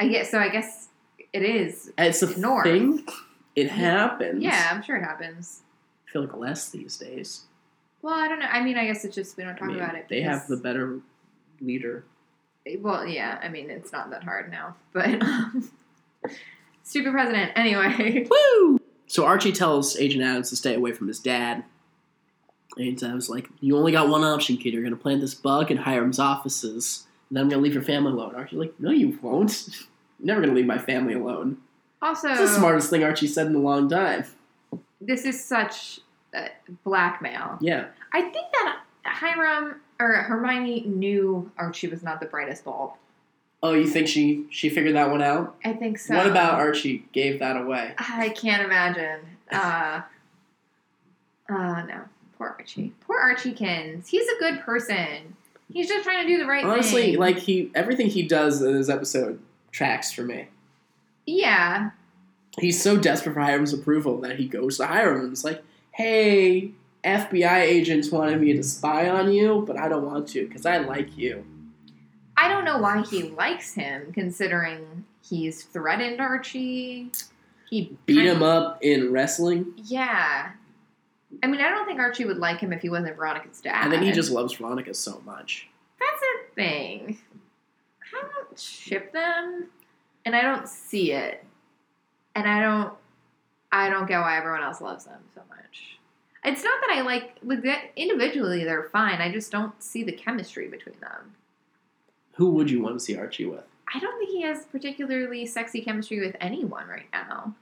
C: I guess so I guess it is.
B: And It's a
C: North.
B: thing. It happens.
C: Yeah, I'm sure it happens.
B: I feel like less these days.
C: Well, I don't know. I mean, I guess it's just we don't talk
B: I mean,
C: about it.
B: They have the
C: because-
B: better leader.
C: Well, yeah, I mean, it's not that hard now, but um, stupid president. Anyway.
B: Woo! So Archie tells Agent Adams to stay away from his dad. Agent Adams is like, you only got one option, kid. You're gonna plant this bug in Hiram's offices, and then I'm gonna leave your family alone. Archie's like, no, you won't. You're never gonna leave my family alone.
C: Also,
B: It's the smartest thing Archie said in a long time.
C: this is such uh, blackmail.
B: Yeah,
C: I think that Hiram or Hermione knew Archie was not the brightest bulb.
B: Oh, you think she she figured that one out?
C: I think so.
B: what about Archie gave that away?
C: I can't imagine. Uh, uh, no, poor Archie. Poor Archiekins. He's a good person. He's just trying to do the right thing.
B: Honestly, like he everything he does in this episode tracks for me.
C: yeah,
B: he's so desperate for Hiram's approval that he goes to Hiram and is like, "Hey, FBI agents wanted me to spy on you, but I don't want to because I like you."
C: I don't know why he likes him, considering he's threatened Archie. He
B: Beat
C: kind
B: him
C: of-
B: up in wrestling,
C: Yeah. I mean, I don't think Archie would like him if he wasn't Veronica's dad.
B: and then he just loves Veronica so much.
C: That's a thing. I don't ship them, and I don't see it, and I don't. I don't get why everyone else loves them so much. It's not that I like with that individually they're fine. I just don't see the chemistry between them.
B: Who would you want to see Archie with?
C: I don't think he has particularly sexy chemistry with anyone right now.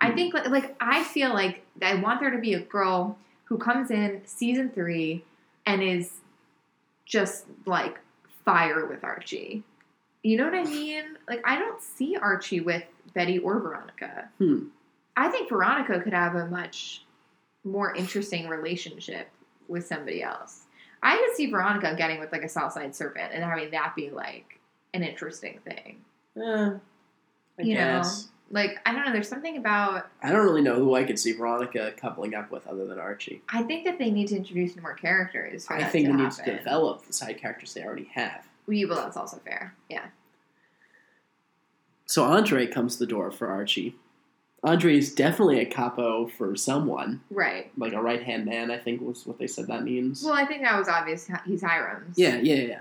C: I think like, like I feel like I want there to be a girl who comes in season 3 and is just like fire with Archie. You know what I mean? Like I don't see Archie with Betty or Veronica.
B: Hmm.
C: I think Veronica could have a much more interesting relationship with somebody else. I could see Veronica getting with like a South Side Serpent and having that be like an interesting thing.
B: Eh, I
C: You know.
B: guess.
C: Like I don't know. There's something about
B: I don't really know who I could see Veronica coupling up with other than Archie.
C: I think that they need to introduce more characters. For
B: I
C: that
B: think
C: to
B: we need
C: happen.
B: to develop the side characters they already have.
C: We, well, that's also fair. Yeah.
B: So Andre comes to the door for Archie. Andre is definitely a capo for someone,
C: Right.
B: like a right hand man. I think was what they said that means.
C: Well, I think that was obvious. He's Hiram's.
B: yeah, yeah, yeah, yeah.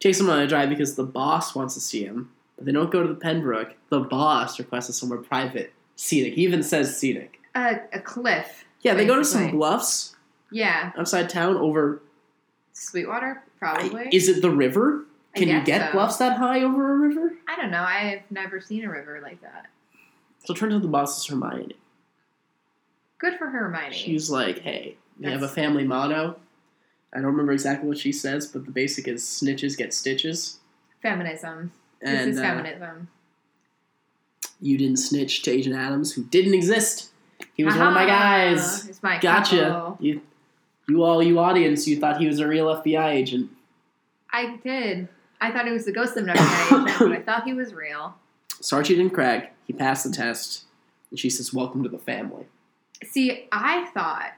B: Takes him on a drive because the boss wants to see him, but they don't go to the Penbrook. The boss requests us somewhere private, scenic. He even says scenic.
C: A, a cliff.
B: Yeah, they go to
C: Basically.
B: some bluffs
C: Yeah.
B: outside town over.
C: Sweetwater, probably.
B: Is it the river?
C: I
B: Can you
C: guess
B: get
C: so.
B: bluffs that high over a river?
C: I don't know. I've never seen a river like that.
B: So it turns out the boss is Hermione.
C: Good for Hermione.
B: She's like, hey, we have a
C: That's-
B: family motto. I don't remember exactly what she says, but the basic is snitches get stitches.
C: feminism.
B: And
C: this is
B: uh,
C: feminism.
B: you didn't snitch to Agent Adams, who didn't exist. He was one of my
C: Aha!
B: guys.
C: It's my
B: Gotcha.
C: couple.
B: You, you all, you audience, you thought he was a real FBI agent.
C: I did. I thought he was the ghost of another guy, but I thought he was real.
B: Sarchi didn't crack. He passed the test. And she says, welcome to the family.
C: See, I thought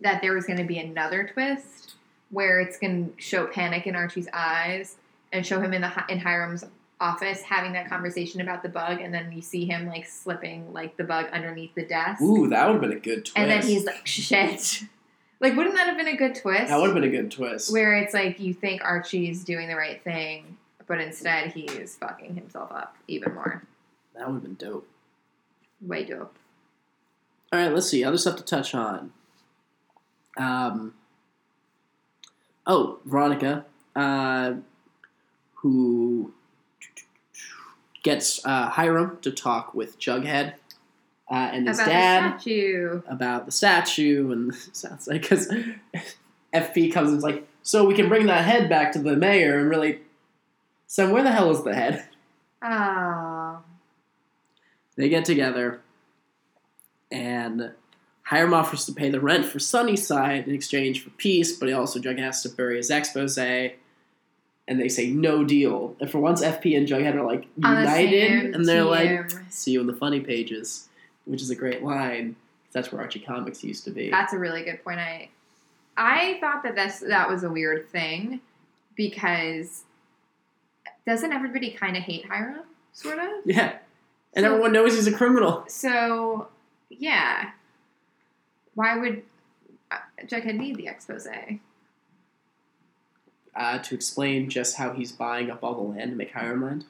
C: that there was going to be another twist where it's going to show panic in Archie's eyes and show him in the hi- in Hiram's office having that conversation about the bug, and then you see him like slipping like the bug underneath the desk,
B: Ooh, that would have been a good twist.
C: and then he's like, "Shit!" Like, wouldn't that have been a good twist?
B: that would have been a good twist.
C: where it's like you think Archie's doing the right thing, but instead he's fucking himself up even more.
B: That would have been dope.
C: Way dope.
B: All right, let's see. Other stuff to touch on. Um, oh, Veronica, uh, who gets uh, Hiram to talk with Jughead uh, and his
C: about
B: dad
C: the statue.
B: about the statue and sounds like because FP comes and is like, so we can bring that head back to the mayor and really. So where the hell is the head?
C: Oh.
B: They get together, and Hiram offers to pay the rent for Sunnyside in exchange for peace, but he also Jughead has to bury his expose, and they say no deal. And for once, FP and Jughead are like
C: On the
B: united,
C: same
B: and they're like,
C: team.
B: "See you in the funny pages," which is a great line. That's where Archie Comics used to be.
C: That's a really good point. I I thought that this that was a weird thing because doesn't everybody kind of hate Hiram, sort of?
B: yeah, and
C: So-
B: everyone knows he's a criminal.
C: So yeah, why would uh, Jughead need the expose?
B: Uh, to explain just how he's buying up all the land to make Hiram land,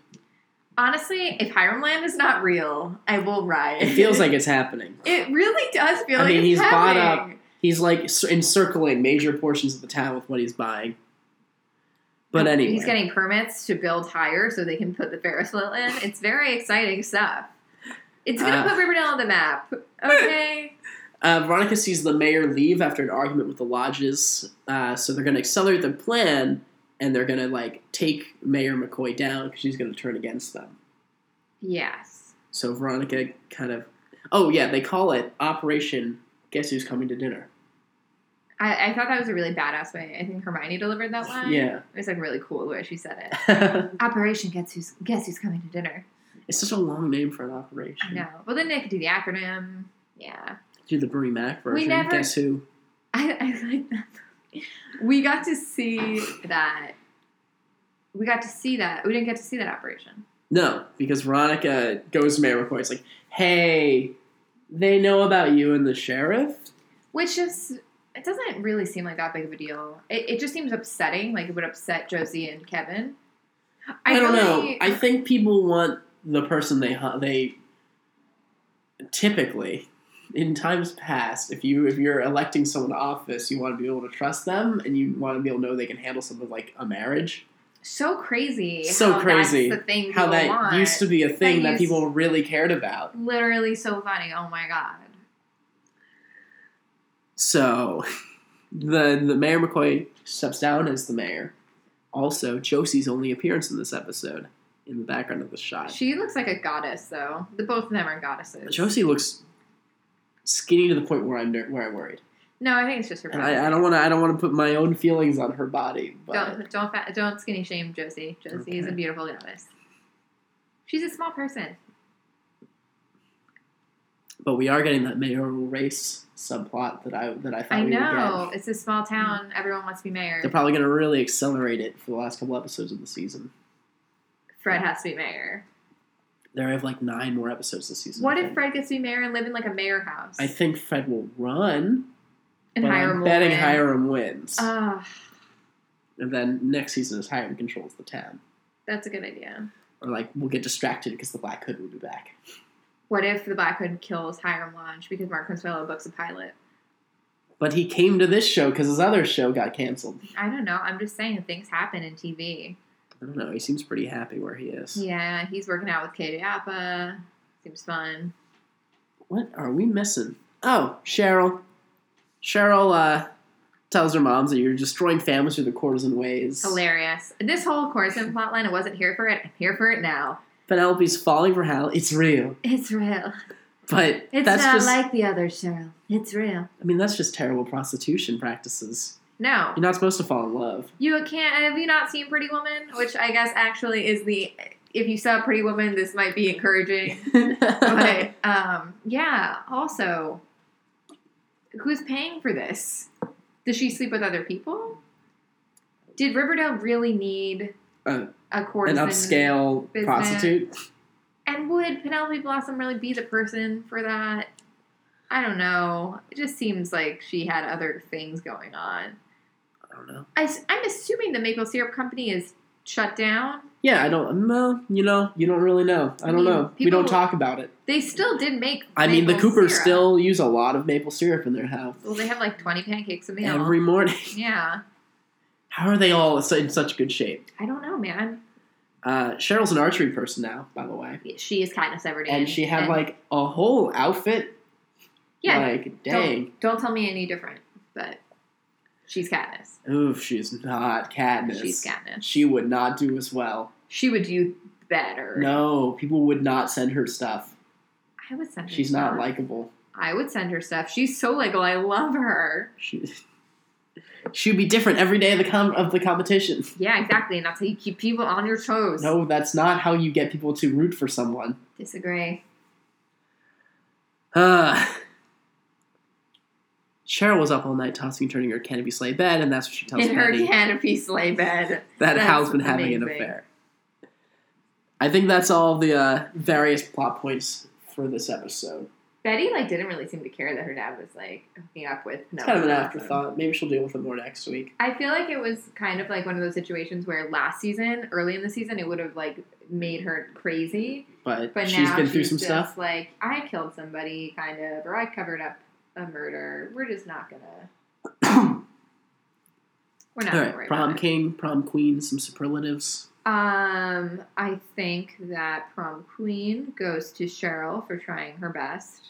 C: Honestly, if Hiram Land is not real, I will riot.
B: it feels like it's happening.
C: it really does feel
B: I
C: like
B: mean,
C: it's
B: he's bought up-
C: happening.
B: He's like cir- encircling major portions of the town with what he's buying. But anyway,
C: he's getting permits to build higher so they can put the Ferris wheel in. It's very exciting stuff. It's gonna
B: Uh.
C: put Riverdale on the map. Okay.
B: uh, Veronica sees the mayor leave after an argument with the lodges, uh, so they're going to accelerate their plan and they're going to like take Mayor McCoy down because she's going to turn against them.
C: yes.
B: So Veronica kind of, oh yeah, they call it Operation Guess Who's Coming to Dinner.
C: I, I thought that was a really badass way. I think Hermione delivered that line.
B: Yeah,
C: It was like really cool the way she said it.
B: it's
C: Operation Guess Who's Guess Who's Coming to Dinner.
B: such a long name for an
C: I
B: operation.
C: know. Well then they could do the acronym. Yeah.
B: Do the Bernie Mac
C: We
B: version.
C: never-
B: Guess who?
C: I, I like that. We got to see that. We got to see that. We didn't get to see that operation.
B: No, because Veronica goes to Mayor McCoy. It's like, hey, they know about you and the sheriff.
C: Which is, it doesn't really seem like that big of a deal. It, it just seems upsetting. Like it would upset Josie and Kevin.
B: I, don't
C: really-
B: know. I think people want the person they hu- they typically in times past. If you if you're electing someone to office, you want to be able to trust them, and you want to be able to know they can handle something like a marriage.
C: so crazy.
B: So
C: how
B: crazy
C: That's the thing
B: How
C: people
B: that
C: want.
B: used to be a thing that
C: used-
B: people really cared about.
C: Literally so funny. Oh my god.
B: So the the Mayor McCoy steps down as the mayor. Also, Josie's only appearance in this episode in the background of the shot.
C: She looks like a goddess though. The both of them are goddesses.
B: Josie looks skinny to the point where I'm ner- where I'm worried.
C: No, I think it's just her.
B: And I, I
C: preference.
B: don't want to. I don't want to put my own feelings on her body. But
C: Don't don't fa- don't skinny shame Josie. Josie is a
B: Okay.
C: beautiful goddess. She's a small person.
B: but we are getting that mayoral race subplot that I that I thought
C: I
B: we
C: know
B: would get. Hmm.
C: it's a small town. Everyone wants to be mayor.
B: They're probably going to really accelerate it for the last couple episodes of the season.
C: Fred has to be mayor.
B: They have like nine more episodes this season.
C: What
B: I
C: if
B: think.
C: Fred gets to be mayor and live in like a mayor house?
B: I think Fred will run.
C: and
B: but
C: Hiram
B: I'm
C: will
B: betting
C: win?
B: Hiram wins,
C: Ah,
B: and then next season is Hiram controls the town.
C: that's a good idea.
B: Or like we'll get distracted because the Black Hood will be back.
C: What if the Black Hood kills Hiram Lodge because Mark Consuelo books a pilot?
B: But he came to this show because his other show got canceled.
C: I don't know. I'm just saying things happen in TV.
B: I don't know. He seems pretty happy where he is.
C: Yeah, he's working out with Katie Appa. Seems fun.
B: What are we missing? Oh, Cheryl. Cheryl uh, tells her moms that you're destroying families through the courtesan ways.
C: Hilarious. This whole Corson plotline, I wasn't here for it. I'm here for it now.
B: Penelope's falling for Hal. It's real,
C: It's real.
B: but
C: It's
B: that's
C: not
B: just.
C: like the other Cheryl. It's real.
B: I mean, that's just terrible prostitution practices.
C: No.
B: You're not supposed to fall in love.
C: You can't. Have you not seen Pretty Woman? Which I guess actually is the. If you saw Pretty Woman, this might be encouraging. but um, yeah, also, who's paying for this? Does she sleep with other people? Did Riverdale really need
B: Uh,
C: a
B: An
C: courtesan?
B: upscale
C: business.
B: prostitute.
C: And would Penelope Blossom really be the person for that? I don't know. It just seems like she had other things going on.
B: I don't know.
C: I, am assuming the maple syrup company is shut down.
B: Yeah, I don't. Well, you know, you don't really know. I,
C: I
B: don't
C: mean,
B: know. We don't
C: people-
B: talk about it.
C: They still did make.
B: I mean, the
C: maple
B: Coopers
C: syrup.
B: still use a lot of maple syrup in their house
C: Well, they have like 20 pancakes a meal.
B: every morning.
C: yeah.
B: How are they all in such good shape?
C: I don't know, man.
B: Uh, Cheryl's an archery person now, by the way.
C: She is kind of Everdeen.
B: And she had like a whole outfit.
C: Yeah.
B: Like, dang.
C: don't, don't tell me any different, but she's Katniss.
B: Oof, she's not Katniss.
C: She's Katniss.
B: She would not do as well.
C: She would do better.
B: No, people would not send her stuff.
C: I would send her
B: She's not
C: stuff.
B: likable.
C: I would send her stuff. She's so likable. I love her.
B: She she'd be different every day of the com- of the competition.
C: Yeah, exactly. And that's how you keep people on your toes.
B: No, that's not how you get people to root for someone.
C: Disagree.
B: Uh, Cheryl was up all night tossing and turning her canopy sleigh bed, and that's what she tells
C: In her
B: Patty.
C: canopy sleigh bed.
B: that
C: That's
B: Hal's been having an
C: amazing.
B: affair. I think that's all the uh, various plot points for this episode.
C: Betty like didn't really seem to care that her dad was like hooking up with
B: It's kind of an afterthought. Maybe she'll deal with it more next week.
C: I feel like it was kind of like one of those situations where last season, early in the season, it would have like made her crazy.
B: But,
C: But
B: she's
C: now
B: been through
C: she's
B: some
C: just
B: stuff.
C: Like I killed somebody, kind of, or I covered up a murder. We're just not gonna. We're not
B: All
C: gonna
B: right,
C: worry
B: prom
C: about it.
B: king, prom queen, some superlatives.
C: Um, I think that prom queen goes to Cheryl for trying her best.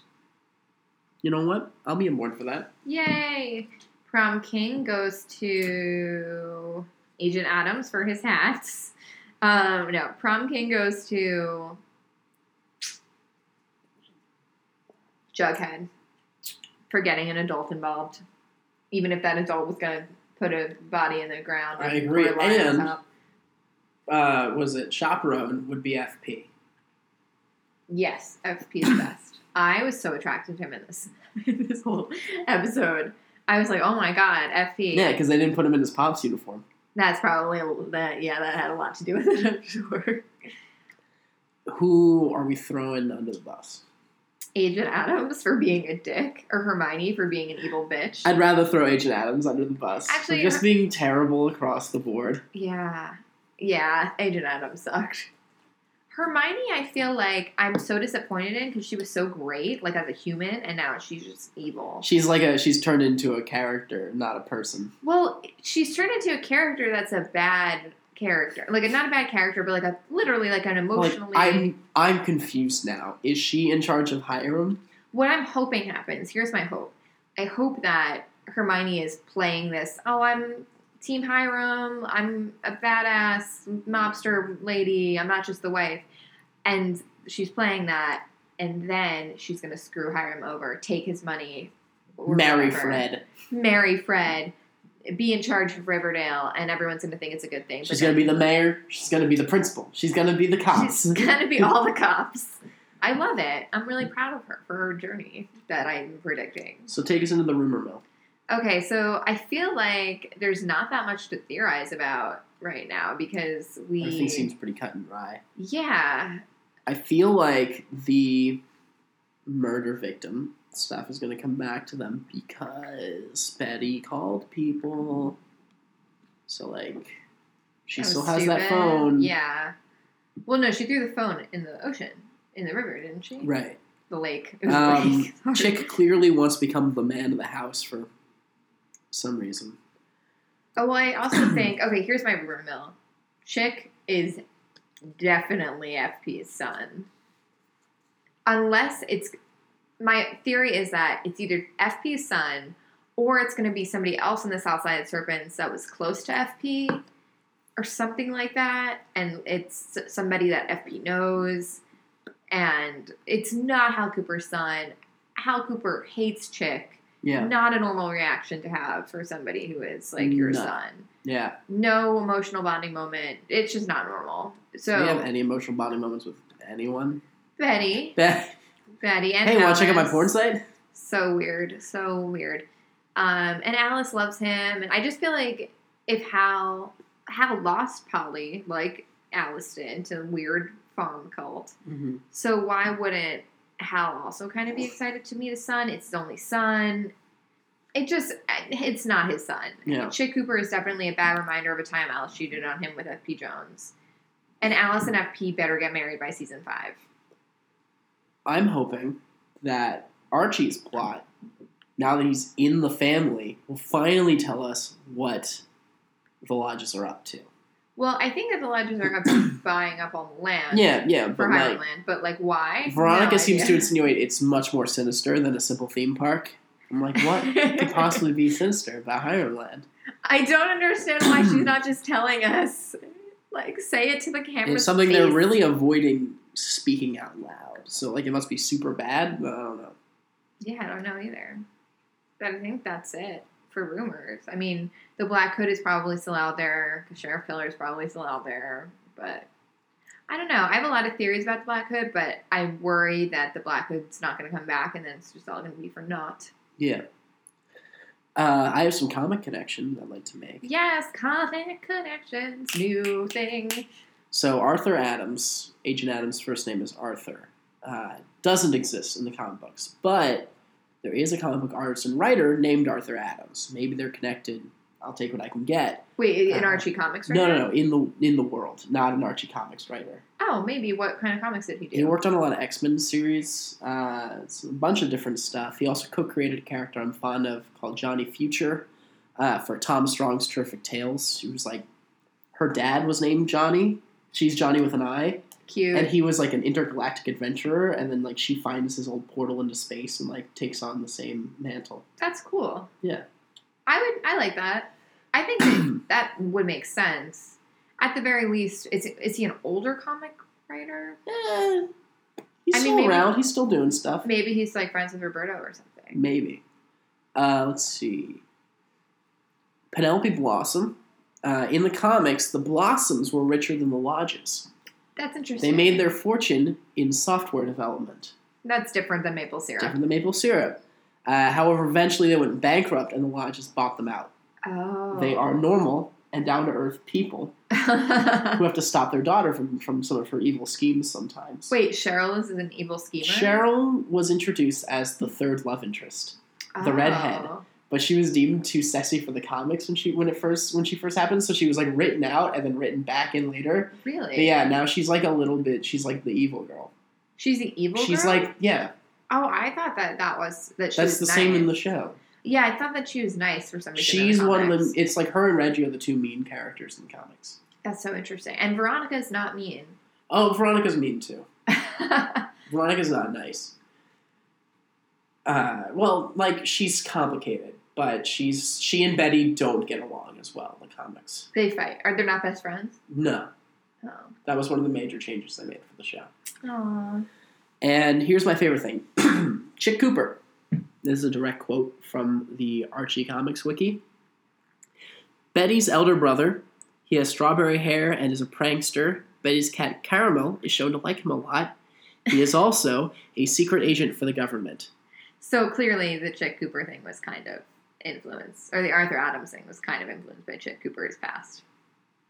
B: You know what? I'll be on board for that.
C: Yay! Prom King goes to Agent Adams for his hats. Um, no, Prom King goes to Jughead for getting an adult involved, even if that adult was going to put a body in the ground.
B: I
C: and
B: agree,
C: pour lime on
B: and-
C: top.
B: Uh, was it chaperone would be FP?
C: yes, FP is the best. I was so attracted to him in this this whole episode. I was like, oh my god, FP.
B: Yeah, because they didn't put him in his pop's uniform.
C: That's probably that. Yeah, that had a lot to do with it. I'm sure.
B: Who are we throwing under the bus?
C: Agent Adams for being a dick, or Hermione for being an evil bitch.
B: I'd rather throw Agent Adams under the bus
C: Actually,
B: for just being terrible across the board.
C: yeah, yeah. Agent Adams sucked. Hermione, I feel like I'm so disappointed in because she was so great, like as a human, and now she's just evil.
B: She's like a she's turned into a character, not a person.
C: well, she's turned into a character that's a bad character, like not a bad character, but like a literally like an
B: Like
C: emotionally.
B: I'm I'm confused now. Is she in charge of Hiram?
C: what I'm hoping happens, here's my hope. I hope that Hermione is playing this, oh, I'm Team Hiram, I'm a badass mobster lady, I'm not just the wife. And she's playing that, and then she's going to screw Hiram over, take his money, or
B: Marry
C: whatever.
B: Fred.
C: Marry Fred. Be in charge of Riverdale, and everyone's gonna think it's a good thing.
B: She's
C: but
B: gonna be the mayor. She's gonna be the principal. She's gonna be the cops.
C: She's gonna be all the cops. I love it. I'm really proud of her for her journey that I'm predicting.
B: so take us into the rumor mill.
C: Okay, so I feel like there's not that much to theorize about right now because we
B: Everything seems pretty cut and dry.
C: yeah
B: I feel like the murder victim stuff is going to come back to them because Betty called people. So, like, she
C: That was
B: still has that
C: stupid.
B: phone.
C: Yeah. Well, no, she threw the phone in the ocean in the river, didn't she?
B: Right.
C: The lake. It was
B: Um,
C: the lake.
B: Chick clearly wants to become the man of the house for some reason.
C: Oh, well, I also think okay. Here's my rumor mill. Chick is definitely FP's son, unless it's my theory is that it's either FP's son or it's going to be somebody else in the South Side of Serpents that was close to FP or something like that, and it's somebody that FP knows, and it's not Hal Cooper's son. Hal Cooper hates Chick
B: Yeah.
C: not a normal reaction to have for somebody who is like your
B: No.
C: son.
B: Yeah.
C: No emotional bonding moment. It's just not normal.
B: Do you have
C: So
B: any emotional bonding moments with anyone?
C: Betty,
B: Beth,
C: Betty, and
B: hey, want to check out my
C: Alice.
B: porn site?
C: So weird, so weird. Um, and Alice loves him, and I just feel like if Hal Hal lost Polly like Alice did to weird farm cult,
B: Mm-hmm.
C: So why wouldn't Hal also kind of be excited to meet his son? It's his only son. It just, it's not his son.
B: Yeah.
C: Chick Cooper is definitely a bad reminder of a time Alice cheated on him with FP Jones. And Alice and FP better get married by season five.
B: I'm hoping that Archie's plot, now that he's in the family, will finally tell us what the lodges are up to.
C: Well, I think that the Legends are up to buying up all the land.
B: Yeah, yeah,
C: For
B: but
C: Highland,
B: like
C: but like why?
B: Veronica
C: No
B: seems to
C: idea.
B: insinuate it's much more sinister than a simple theme park. I'm like, what could possibly be sinister about Hiram Land?
C: I don't understand why she's not just telling us. Like, say it to the camera.
B: It's something they're really avoiding speaking out loud. So like, it must be super bad. But I don't know.
C: Yeah, I don't know either. But I think that's it for rumors. I mean, the Black Hood is probably still out there. The Sheriff Killer is probably still out there. But I don't know. I have a lot of theories about the Black Hood, but I worry that the Black Hood's not going to come back and then it's just all going to be for naught.
B: Yeah. Uh, I have some comic connection I'd like to make.
C: Yes, comic connections, new thing.
B: So Arthur Adams, Agent Adams' first name is Arthur, uh, doesn't exist in the comic books, but there is a comic book artist and writer named Arthur Adams. Maybe they're connected. I'll take what I can get.
C: Wait, in
B: Uh,
C: Archie Comics right
B: No,
C: now?
B: no, no, in the in the world, not an Archie Comics writer.
C: Oh, maybe. What kind of comics did he do?
B: He worked on a lot of X Men series, uh, it's a bunch of different stuff. He also co-created a character I'm fond of called Johnny Future uh, for Tom Strong's Terrific Tales. She was like, her dad was named Johnny. She's Johnny with an I.
C: Cute.
B: And he was like an intergalactic adventurer, and then like she finds his old portal into space and like takes on the same mantle.
C: That's cool.
B: Yeah.
C: I would. I like that. I think that, that would make sense. At the very least, is is he an older comic writer?
B: Eh, he's
C: I mean,
B: still
C: maybe-
B: around. He's still doing stuff.
C: Maybe he's like friends with Roberto or something.
B: Maybe. Uh, let's see. Penelope Blossom. Uh, in the comics, the Blossoms were richer than the Lodges.
C: That's interesting.
B: They made their fortune in software development,
C: That's different than maple syrup.
B: different than maple syrup. Uh, however, eventually they went bankrupt, and the Lodges bought them out.
C: Oh,
B: They are normal and down to earth people
C: are.
B: who have to stop their daughter from, from some of her evil schemes sometimes.
C: Wait, Cheryl is an evil schemer.
B: Cheryl was introduced as the third love interest, the redhead.
C: Oh.
B: but she was deemed too sexy for the comics when she when it first when she first happened, so she was like written out and then written back in later. But
C: Really?
B: yeah, now she's like a little bit she's like the evil girl.
C: She's the evil.
B: she's
C: girl?
B: like yeah,
C: Oh, I thought that that was that. She
B: that's
C: was
B: the same in the
C: nice.
B: show.
C: Yeah, I thought that she was nice for some reason. in the
B: She's one of
C: comics.
B: the it's like her and Reggie are the two mean characters in the comics.
C: That's so interesting. And Veronica's not mean.
B: Oh, Veronica's mean too. Veronica's not nice. Uh, well, like she's complicated, but she's she and Betty don't get along as well in the comics.
C: they fight. Are they not best friends?
B: No,
C: Oh.
B: that was one of the major changes they made for the show.
C: Aww.
B: And here's my favorite thing: Chick Cooper This is a direct quote from the Archie Comics wiki. Betty's elder brother, he has strawberry hair and is a prankster. Betty's cat Caramel is shown to like him a lot. He is also a secret agent for the government.
C: So clearly, the Chet Cooper thing was kind of influenced, or the Arthur Adams thing was kind of influenced by Chet Cooper's past.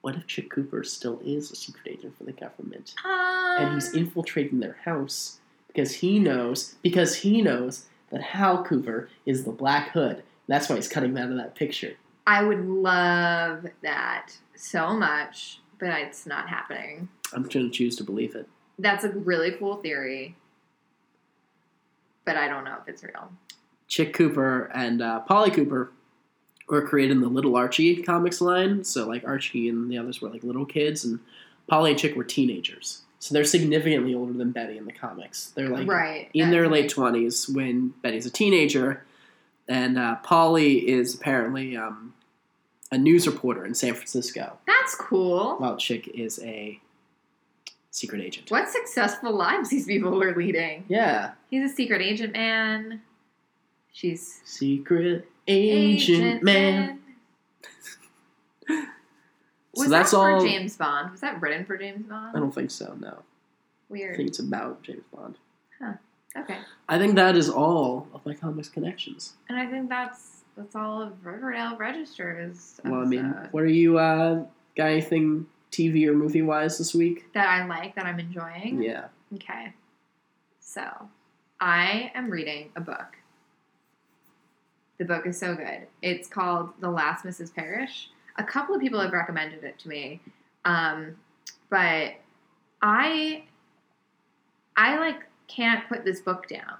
B: What if Chick Cooper still is a secret agent for the government?
C: Um,
B: and he's infiltrating their house because he knows because he knows that Hal Cooper is the Black Hood. That's why he's cutting him out of that picture.
C: I would love that so much, but it's not happening.
B: I'm going to choose to believe it.
C: That's a really cool theory, but I don't know if it's real.
B: Chick Cooper and uh, Polly Cooper were created in the Little Archie comics line. So like Archie and the others were like little kids, and Polly and Chick were teenagers. So they're significantly older than Betty in the comics. They're like
C: right
B: in their
C: that-
B: late twenties when Betty's a teenager, and uh, Polly is apparently um, a news reporter in San Francisco,
C: That's cool.
B: while Chick is a secret agent.
C: What successful lives these people are leading.
B: Yeah,
C: He's a secret agent man. She's
B: secret agent, man. So
C: Was
B: that's
C: that for
B: all-
C: James Bond? Was that written for James
B: I
C: Bond?
B: don't think so. No, I
C: Weird.
B: think it's about James Bond.
C: Okay.
B: I think that is all of my comics connections.
C: And I think that's that's all of Riverdale registers.
B: Well, I mean,
C: episode
B: what are you uh, got? Anything TV or movie wise this week?
C: that I like that I'm enjoying.
B: Yeah,
C: Okay. So, I am reading a book. The book is so good. It's called The Last Mrs. Parrish. A couple of people have recommended it to me. Um, but I I like can't put this book down.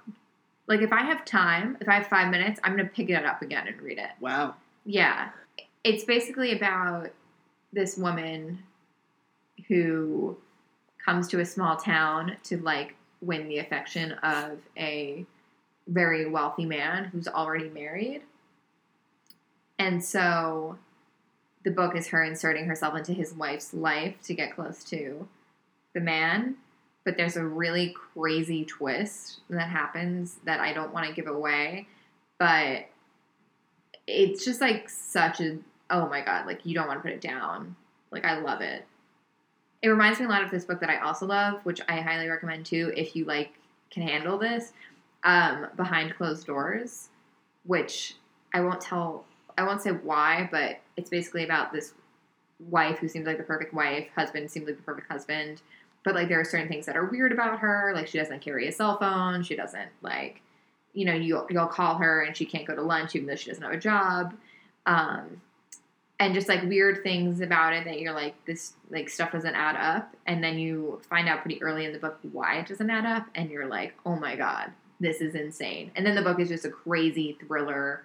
C: Like if I have time, if I have 5 minutes, I'm going to pick it up again and read it.
B: wow.
C: Yeah. It's basically about this woman who comes to a small town to like win the affection of a very wealthy man who's already married. And so the book is her inserting herself into his wife's life to get close to the man. But there's a really crazy twist that happens that I don't want to give away. But it's just like such a oh my god like you don't want to put it down like i love it it reminds me a lot of this book that i also love which i highly recommend too if you like can handle this um, behind closed doors which i won't tell i won't say why but it's basically about this wife who seems like the perfect wife husband seems like the perfect husband but like there are certain things that are weird about her like she doesn't carry a cell phone she doesn't like you know you, you'll call her and she can't go to lunch even though she doesn't have a job um, and just like weird things about it that you're like this like stuff doesn't add up and then you find out pretty early in the book why it doesn't add up and you're like oh my god this is insane and then the book is just a crazy thriller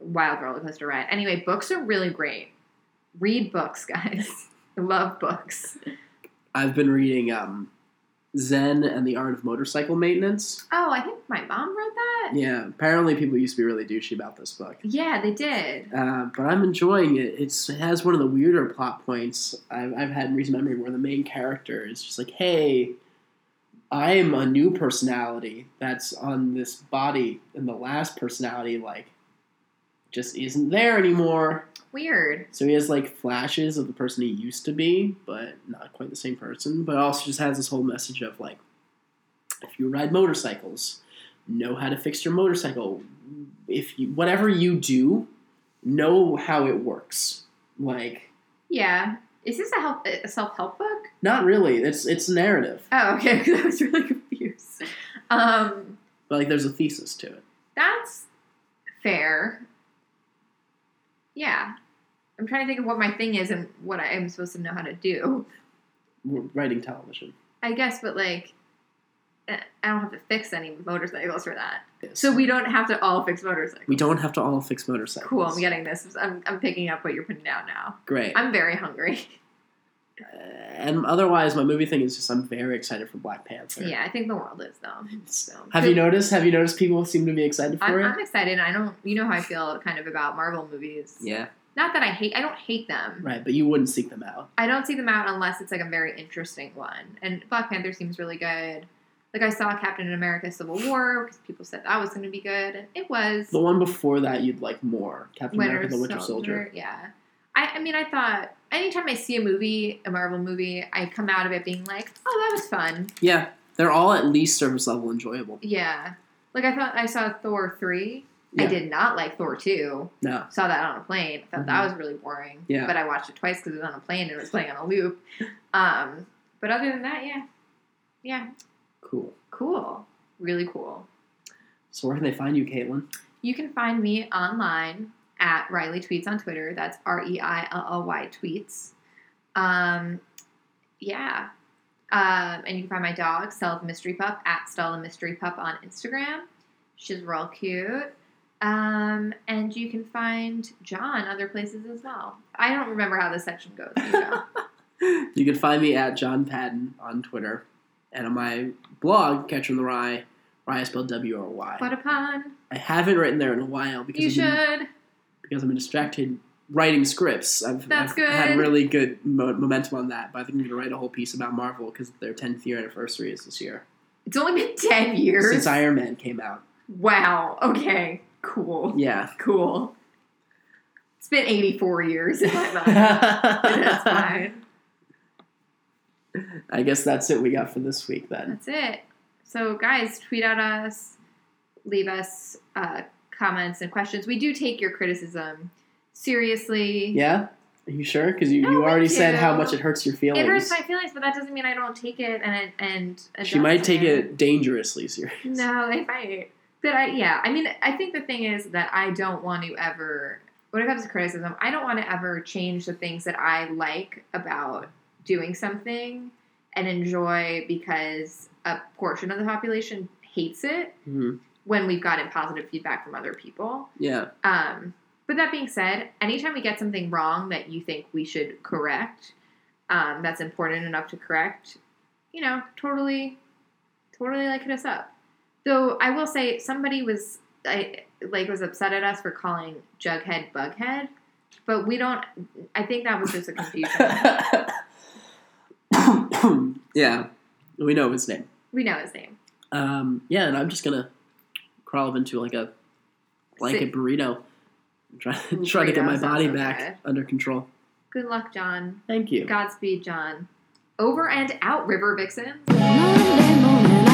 C: wild roller coaster ride anyway books are really great read books guys I love books
B: I've been reading um, Zen and the Art of Motorcycle Maintenance.
C: oh i think my mom read that
B: Yeah, apparently people used to be really douchey about this book.
C: yeah they did
B: Uh, but I'm enjoying it. It's, it has one of the weirder plot points I've, I've had in recent memory where the main character is just like, hey, I'm a new personality that's on this body, and the last personality, like, just isn't there anymore.
C: weird
B: So he has, like, flashes of the person he used to be, but not quite the same person. But also just has this whole message of, like, if you ride motorcycles, know how to fix your motorcycle. If you, whatever you do, know how it works. Like,
C: yeah is this a help a self-help book
B: not really. It's it's narrative,
C: Oh, okay. 'cause I was really confused. Um,
B: but like there's a thesis to it.
C: that's fair. Yeah, I'm trying to think of what my thing is and what I am supposed to know how to do.
B: We're writing television.
C: I guess, but like, eh, I don't have to fix any motorcycles for that,
B: Yes.
C: so we don't have to all fix motorcycles.
B: we don't have to all fix motorcycles.
C: Cool. I'm getting this. I'm, I'm picking up what you're putting down now.
B: Great.
C: I'm very hungry.
B: Uh, and otherwise, my movie thing is just I'm very excited for Black Panther.
C: Yeah, I think the world is though. So.
B: Have you noticed? Have you noticed people seem to be excited for
C: I'm,
B: it?
C: I'm excited. I don't. You know how I feel kind of about Marvel movies.
B: yeah.
C: Not that I hate. I don't hate them.
B: Right, but you wouldn't seek them out.
C: I don't see them out unless it's like a very interesting one. And Black Panther seems really good. Like I saw Captain America: Civil War because people said that was going to be good, and it was.
B: The one before that you'd like more. Captain
C: Winter
B: America the Winter
C: Soldier.
B: Soldier.
C: Yeah. I, I mean, I thought anytime I see a movie, a Marvel movie, I come out of it being like, oh, that was fun.
B: Yeah. They're all at least surface level enjoyable.
C: Yeah. Like, I thought I saw Thor 3. I
B: Yeah.
C: did not like Thor 2.
B: No.
C: Saw that on a plane. I thought that was really boring.
B: Yeah.
C: But I watched it twice because it was on a plane and it was playing on a loop. Um, but other than that, yeah. Yeah.
B: Cool.
C: Cool. Really cool.
B: So where can they find you, Caitlin?
C: You can find me online at Riley Tweets on Twitter. That's R E I L L Y Tweets. Um, yeah. Um, and you can find my dog, Stella the Mystery Pup, at Stella Mystery Pup on Instagram. She's real cute. Um, and you can find John other places as well. I don't remember how this section goes. you know.
B: You can find me at John Patton on Twitter and on my blog, Catcher in the Rye, where I spell W R
C: what
B: Y.
C: a pun.
B: I haven't written there in a while because
C: You
B: I've been-
C: should.
B: because I've been distracted writing scripts. I've,
C: That's
B: I've had
C: good.
B: really good mo- momentum on that, but I think I'm going to write a whole piece about Marvel because their 10th year anniversary is this year
C: It's only been 10 years.
B: since Iron Man came out.
C: wow. Okay. Cool.
B: Yeah.
C: Cool. It's been 84 years in my mind. That's
B: I
C: fine.
B: guess that's it we got for this week then.
C: That's it. So, guys, tweet at us, leave us uh, comments and questions. We do take your criticism seriously.
B: Yeah? Are you sure? Because you,
C: No,
B: you
C: we
B: already said
C: do.
B: how much it hurts your feelings.
C: It hurts my feelings, but that doesn't mean I don't take it and and
B: she
C: adjust
B: might take it dangerously serious.
C: No, it might. But I, yeah, I mean, I think the thing is that I don't want to ever, when it comes to criticism, I don't want to ever change the things that I like about doing something and enjoy because a portion of the population hates it
B: Mhm.
C: when we've gotten positive feedback from other people.
B: Yeah.
C: Um, but that being said, anytime we get something wrong that you think we should correct, um, that's important enough to correct, you know, totally, totally like hit us up. Though I will say somebody was I, like was upset at us for calling Jughead Bughead, but we don't. I think that was just a confusion.
B: yeah. We know his name.
C: we know his name.
B: Um, yeah, and I'm just gonna crawl up into like a blanket
C: Sit-
B: burrito, and try
C: Ooh,
B: try to get
C: burrito
B: my body
C: sounds so
B: back
C: good.
B: under control.
C: Good luck, John.
B: Thank you.
C: Godspeed, John. Over and out, River Vixens.
A: Monday morning,